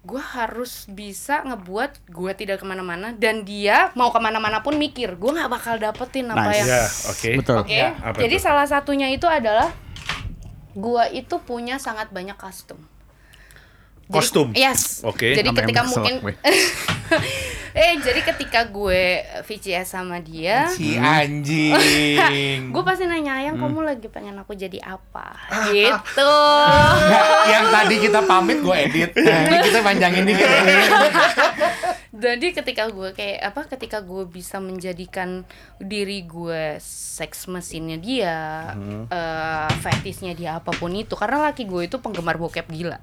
S5: gue harus bisa ngebuat gue tidak kemana-mana dan dia mau kemana-mana pun mikir gue nggak bakal dapetin
S2: Nice.
S5: apa yang
S4: ya oke.
S2: Betul.
S5: Oke.
S4: Ya, apa
S5: Jadi
S4: itu?
S5: salah satunya itu adalah gua itu punya sangat banyak kostum. Jadi-
S4: Kostum?
S5: yes.
S4: Oke,
S5: Jadi
S2: sampai
S5: ketika
S2: kesel
S5: mungkin
S2: gue.
S5: eh jadi ketika gue VCS sama dia,
S3: Si anjing.
S5: gue pasti nanya ayang kamu lagi pengen aku jadi apa? gitu.
S3: yang tadi kita pamit gue edit. Ini kita panjangin dikit.
S5: Jadi ketika gue kayak apa ketika gue bisa menjadikan diri gue seks mesinnya dia, eh, fetishnya dia apapun itu karena laki gue itu penggemar bokep gila.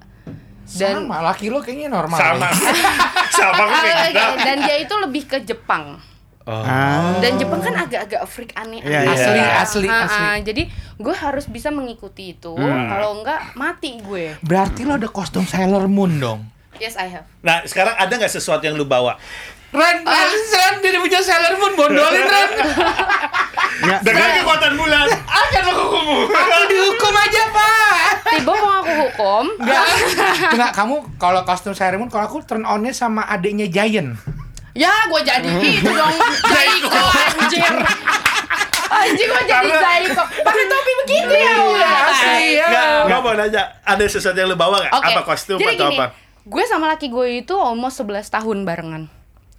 S5: Dan
S3: Sama laki lo kayaknya normal.
S6: sama sama aku kayak
S5: Ah,
S6: gitu
S5: oke. dan dia itu lebih ke Jepang.
S2: Ah.
S5: Dan Jepang kan agak-agak freak aneh.
S2: Iya, iya.
S3: Asli, asli,
S5: Ah, ah,
S3: asli.
S5: Jadi gue harus bisa mengikuti itu. Kalau enggak mati gue.
S3: Berarti lo ada kostum Sailor Moon dong.
S5: Yes, I have.
S4: Nah, sekarang ada nggak sesuatu yang lu bawa?
S3: Ren, Ren, Ren, jadi punya Sailor Moon, gondolin Ren.
S5: Ya.
S3: Ah,
S2: Enggak.
S6: dengan
S5: Nah.
S6: kekuatan bulan akan menghukummu
S3: Aku dihukum aja, Pak.
S5: Tiba mau aku hukum.
S3: Enggak. Enggak, kamu kalau kostum Sailor Moon, kalau aku turn on-nya sama adiknya Giant.
S5: Ya, gue jadi
S2: Hmm.
S5: itu dong. Zaiko anjir. Anjir gue jadi Zaiko. Pakai topi begitu ya.
S2: Iya,
S5: Allah.
S2: ya.
S4: Nggak, nggak mau nanya. Ada sesuatu yang lu bawa nggak?
S5: Oke.
S4: Apa kostum
S5: Jadi
S4: atau
S5: gini,
S4: apa?
S5: Gue sama laki gue itu almost 11 tahun barengan.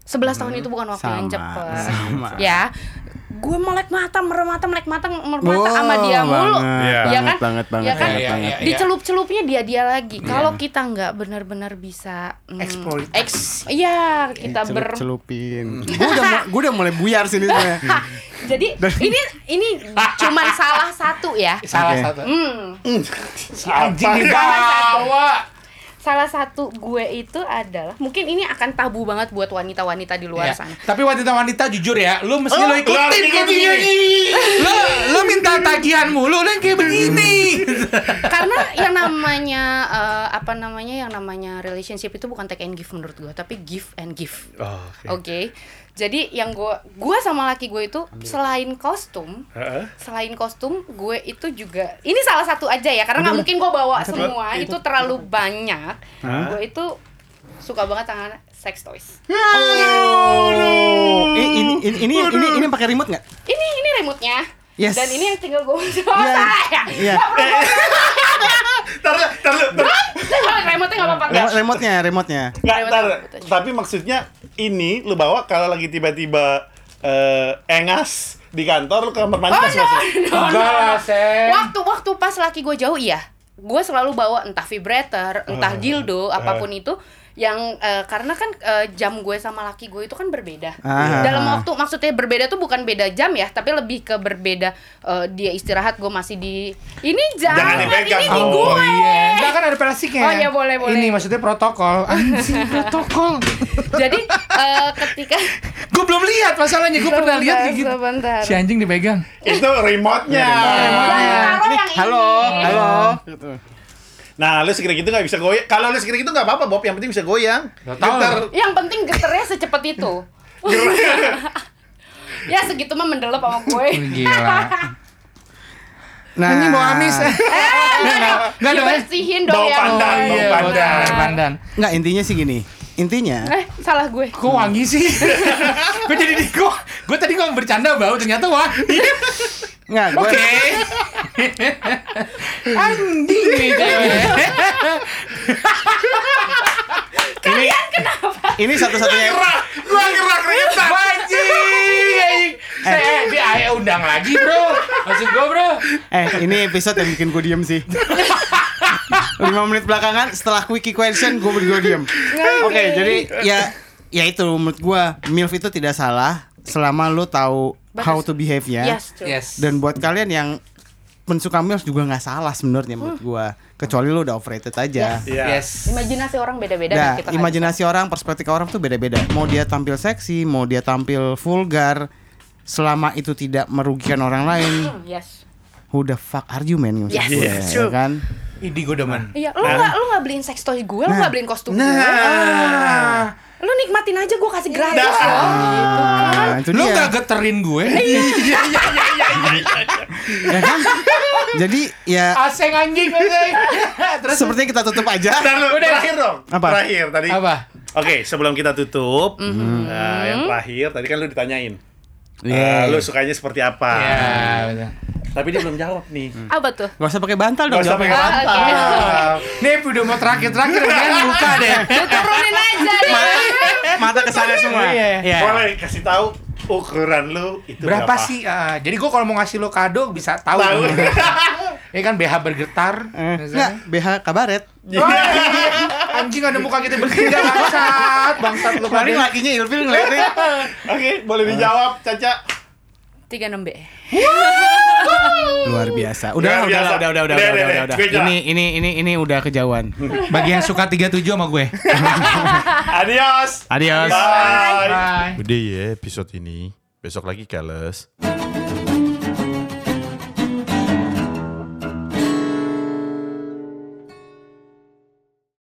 S5: 11 tahun itu bukan waktu yang
S2: Hmm. sama,
S5: cepet.
S2: sama.
S5: Ya. Gue melek mata, merem mata, melek mata, merem mata sama dia mulu.
S2: Iya,
S5: Iya
S2: banget,
S5: kan?
S2: banget, banget,
S5: Iya
S2: banget,
S3: Iya,
S5: kan?
S2: banget. Iya.
S3: iya, iya.
S5: Dicelup-celupnya dia-dia lagi. Kalau kita nggak benar-benar bisa hmm,
S3: Exploit.
S5: ex- Iya, kita ber
S2: Celup-celupin. Gue udah, mu- gua udah mulai buyar sini sebenarnya.
S5: Jadi ini ini cuman salah satu ya.
S3: Salah
S2: Oke.
S3: satu.
S5: Hmm.
S3: Si anjing dibawa.
S5: salah satu gue itu adalah mungkin ini akan tabu banget buat wanita-wanita di
S3: Ya.
S5: luar sana.
S3: Tapi wanita-wanita jujur ya, lu mesti lu
S6: Lu harus
S3: ikutin kayak
S6: ikutin.
S3: begini. Lu lu minta tagihan mulu lu yang kayak begini.
S5: Karena yang namanya eh, apa namanya yang namanya relationship itu bukan take and give menurut gue, tapi give and give.
S4: Oh, oke.
S5: Oke. Jadi yang gue gue sama laki gue itu selain kostum,
S4: Heeh.
S5: selain kostum gue itu juga ini salah satu aja ya karena nggak mungkin gue bawa semua itu terlalu banyak. Gue itu suka banget tangan sex toys.
S2: Eh, ini ini ini ini, ini pakai remote nggak?
S5: Ini ini remote-nya.
S2: Yes.
S5: Dan ini yang tinggal gue Oh, salah ya.
S2: Iya.
S6: Taruh, taruh, taruh.
S5: Kalau remote-nya nggak apa-apa.
S2: Remote, remote-nya, remote-nya.
S6: Nggak,
S5: Lewat
S6: taruh.
S5: rambut aja.
S6: Tapi maksudnya ini lu bawa kalau lagi tiba-tiba eh, engas di kantor lu ke kamar mandi
S5: Oh
S6: kasih
S5: no,
S6: masuk.
S5: no, no,
S3: Enggak lah,
S5: no.
S3: Sen.
S5: Waktu waktu pas laki gue jauh iya, gue selalu bawa entah vibrator, entah dildo, apapun itu yang eh, karena kan eh, jam gue sama laki gue itu kan berbeda.
S2: Ah.
S5: Dalam waktu maksudnya berbeda tuh bukan beda jam ya, tapi lebih ke berbeda eh, dia istirahat gue masih di ini jam,
S6: Jangan dipegang.
S5: ini di
S6: Oh,
S5: gue.
S3: Enggak kan ada plastiknya.
S5: Oh, iya, boleh, boleh.
S3: Ini maksudnya protokol. Anjing protokol.
S5: Jadi eh, ketika
S3: Gue belum lihat masalahnya, gue pernah lihat kayak gitu.
S5: Sebentar.
S3: Si anjing dipegang.
S6: Itu
S5: Iya,
S6: remote-nya.
S5: Jangan taruh yang ini.
S2: Halo, halo. Gitu.
S6: Nah, lu segera gitu nggak bisa goyang. Kalau lu segera gitu nggak apa-apa, Bob. Yang penting bisa goyang.
S3: Nggak tahu.
S6: Getar.
S5: Yang penting geternya secepat itu. ya segitu mah mendelep sama gue.
S3: Oh, Gila.
S2: Nah,
S3: Anjing bau amis. eh. Enggak dong. ya?
S5: Dibersihin dong
S6: Bau
S5: ya.
S6: pandan,
S5: Boy.
S6: bau
S3: Iya, bau
S6: pandan.
S3: tai pandan.
S2: Nggak intinya sih gini. Intinya
S5: Eh, salah gue.
S3: Kok wangi sih? gue jadi di gue, gue tadi ngomong bercanda bau ternyata wangi.
S2: nggak gue
S3: Oke. Anjing nih cewek.
S2: ini ini satu-satunya
S6: Gua gerak remote.
S3: Anjing. anjing. Eh, dia ayah undang lagi, Bro. Maksud gue, Bro.
S2: eh ini episode yang bikin gue diem sih. 5 menit belakangan setelah quickie question gue berdua diem. Oke, jadi ya ya itu menurut gue MILF itu tidak salah selama lu tahu how to behave ya.
S5: Yes, true.
S3: Yes.
S2: Dan buat kalian yang pensuka MILF juga nggak salah sebenarnya menurut gua. Kecuali lu udah overrated aja.
S6: Iya.
S3: Yes.
S5: Imajinasi orang beda-beda
S2: Nah,
S5: kan kita. kan.
S2: imajinasi orang, perspektif orang tuh beda-beda. Mau dia tampil seksi, mau dia tampil vulgar, selama itu tidak merugikan orang lain,
S5: Hmm, Yes.
S2: who the fuck are you man?
S5: Yes,
S2: Maksud gue,
S5: yes,
S2: ya
S5: true.
S2: kan?
S3: Ini gue demen.
S5: Iya, lu
S6: Nah.
S5: nggak lu nggak beliin sex toy gue, lu nggak beliin kostum gue. Ah.
S3: Nah,
S5: Lu nikmatin aja gue
S6: Iya.
S5: kasih gratis loh. Gitu.
S2: Nah, itu
S3: lu
S2: dia.
S3: gak geterin gue? Iya.
S2: Ya kan? Jadi ya
S3: Aseng anjing, aseng. Terus
S2: sepertinya kita tutup aja.
S6: Ntar lu,
S3: Udah.
S6: terakhir dong.
S2: Apa?
S6: Terakhir tadi.
S3: apa?
S6: Oke, sebelum kita tutup, nah, yang terakhir tadi kan lu ditanyain. eh,
S2: Iya.
S6: lu sukanya seperti apa?
S3: Ya, betul.
S6: Tapi dia belum jawab nih.
S2: Hmm.
S5: Apa tuh?
S2: Gak usah pakai bantal dong.
S6: Gak usah
S2: jawabnya.
S6: pakai
S5: Ah, oke.
S6: bantal.
S3: Nih udah mau terakhir-terakhir kan buka deh.
S5: Turunin aja deh.
S2: Mata kesana semua.
S3: Iya.
S2: Iya.
S6: Boleh kasih tahu ukuran lu itu
S3: Berapa
S6: berapa?
S3: sih? Ah, jadi gua kalau mau ngasih lo kado bisa tahu.
S6: Tahu.
S3: Ini kan BH bergetar.
S2: Eh, Nggak,
S3: misalnya.
S2: BH kabaret.
S3: Wah, anjing ada muka kita bertiga bangsat, bangsat lu
S2: Paling
S3: pada.
S2: lakinya ilfil ngeliatin.
S6: Oke, boleh dijawab, Caca.
S5: 36 B.
S2: Luar biasa. Udah,
S6: Luar
S2: udah,
S6: biasa.
S2: udah, udah, udah,
S6: Deh,
S2: udah,
S6: deh,
S2: udah,
S6: deh.
S2: udah.
S6: Gue jalan.
S2: Ini, ini, ini, ini udah kejauhan.
S3: Bagi yang suka 37 sama gue.
S6: Adios.
S2: Adios.
S6: Bye.
S3: Bye.
S7: Udah ya episode ini. Besok lagi Kales.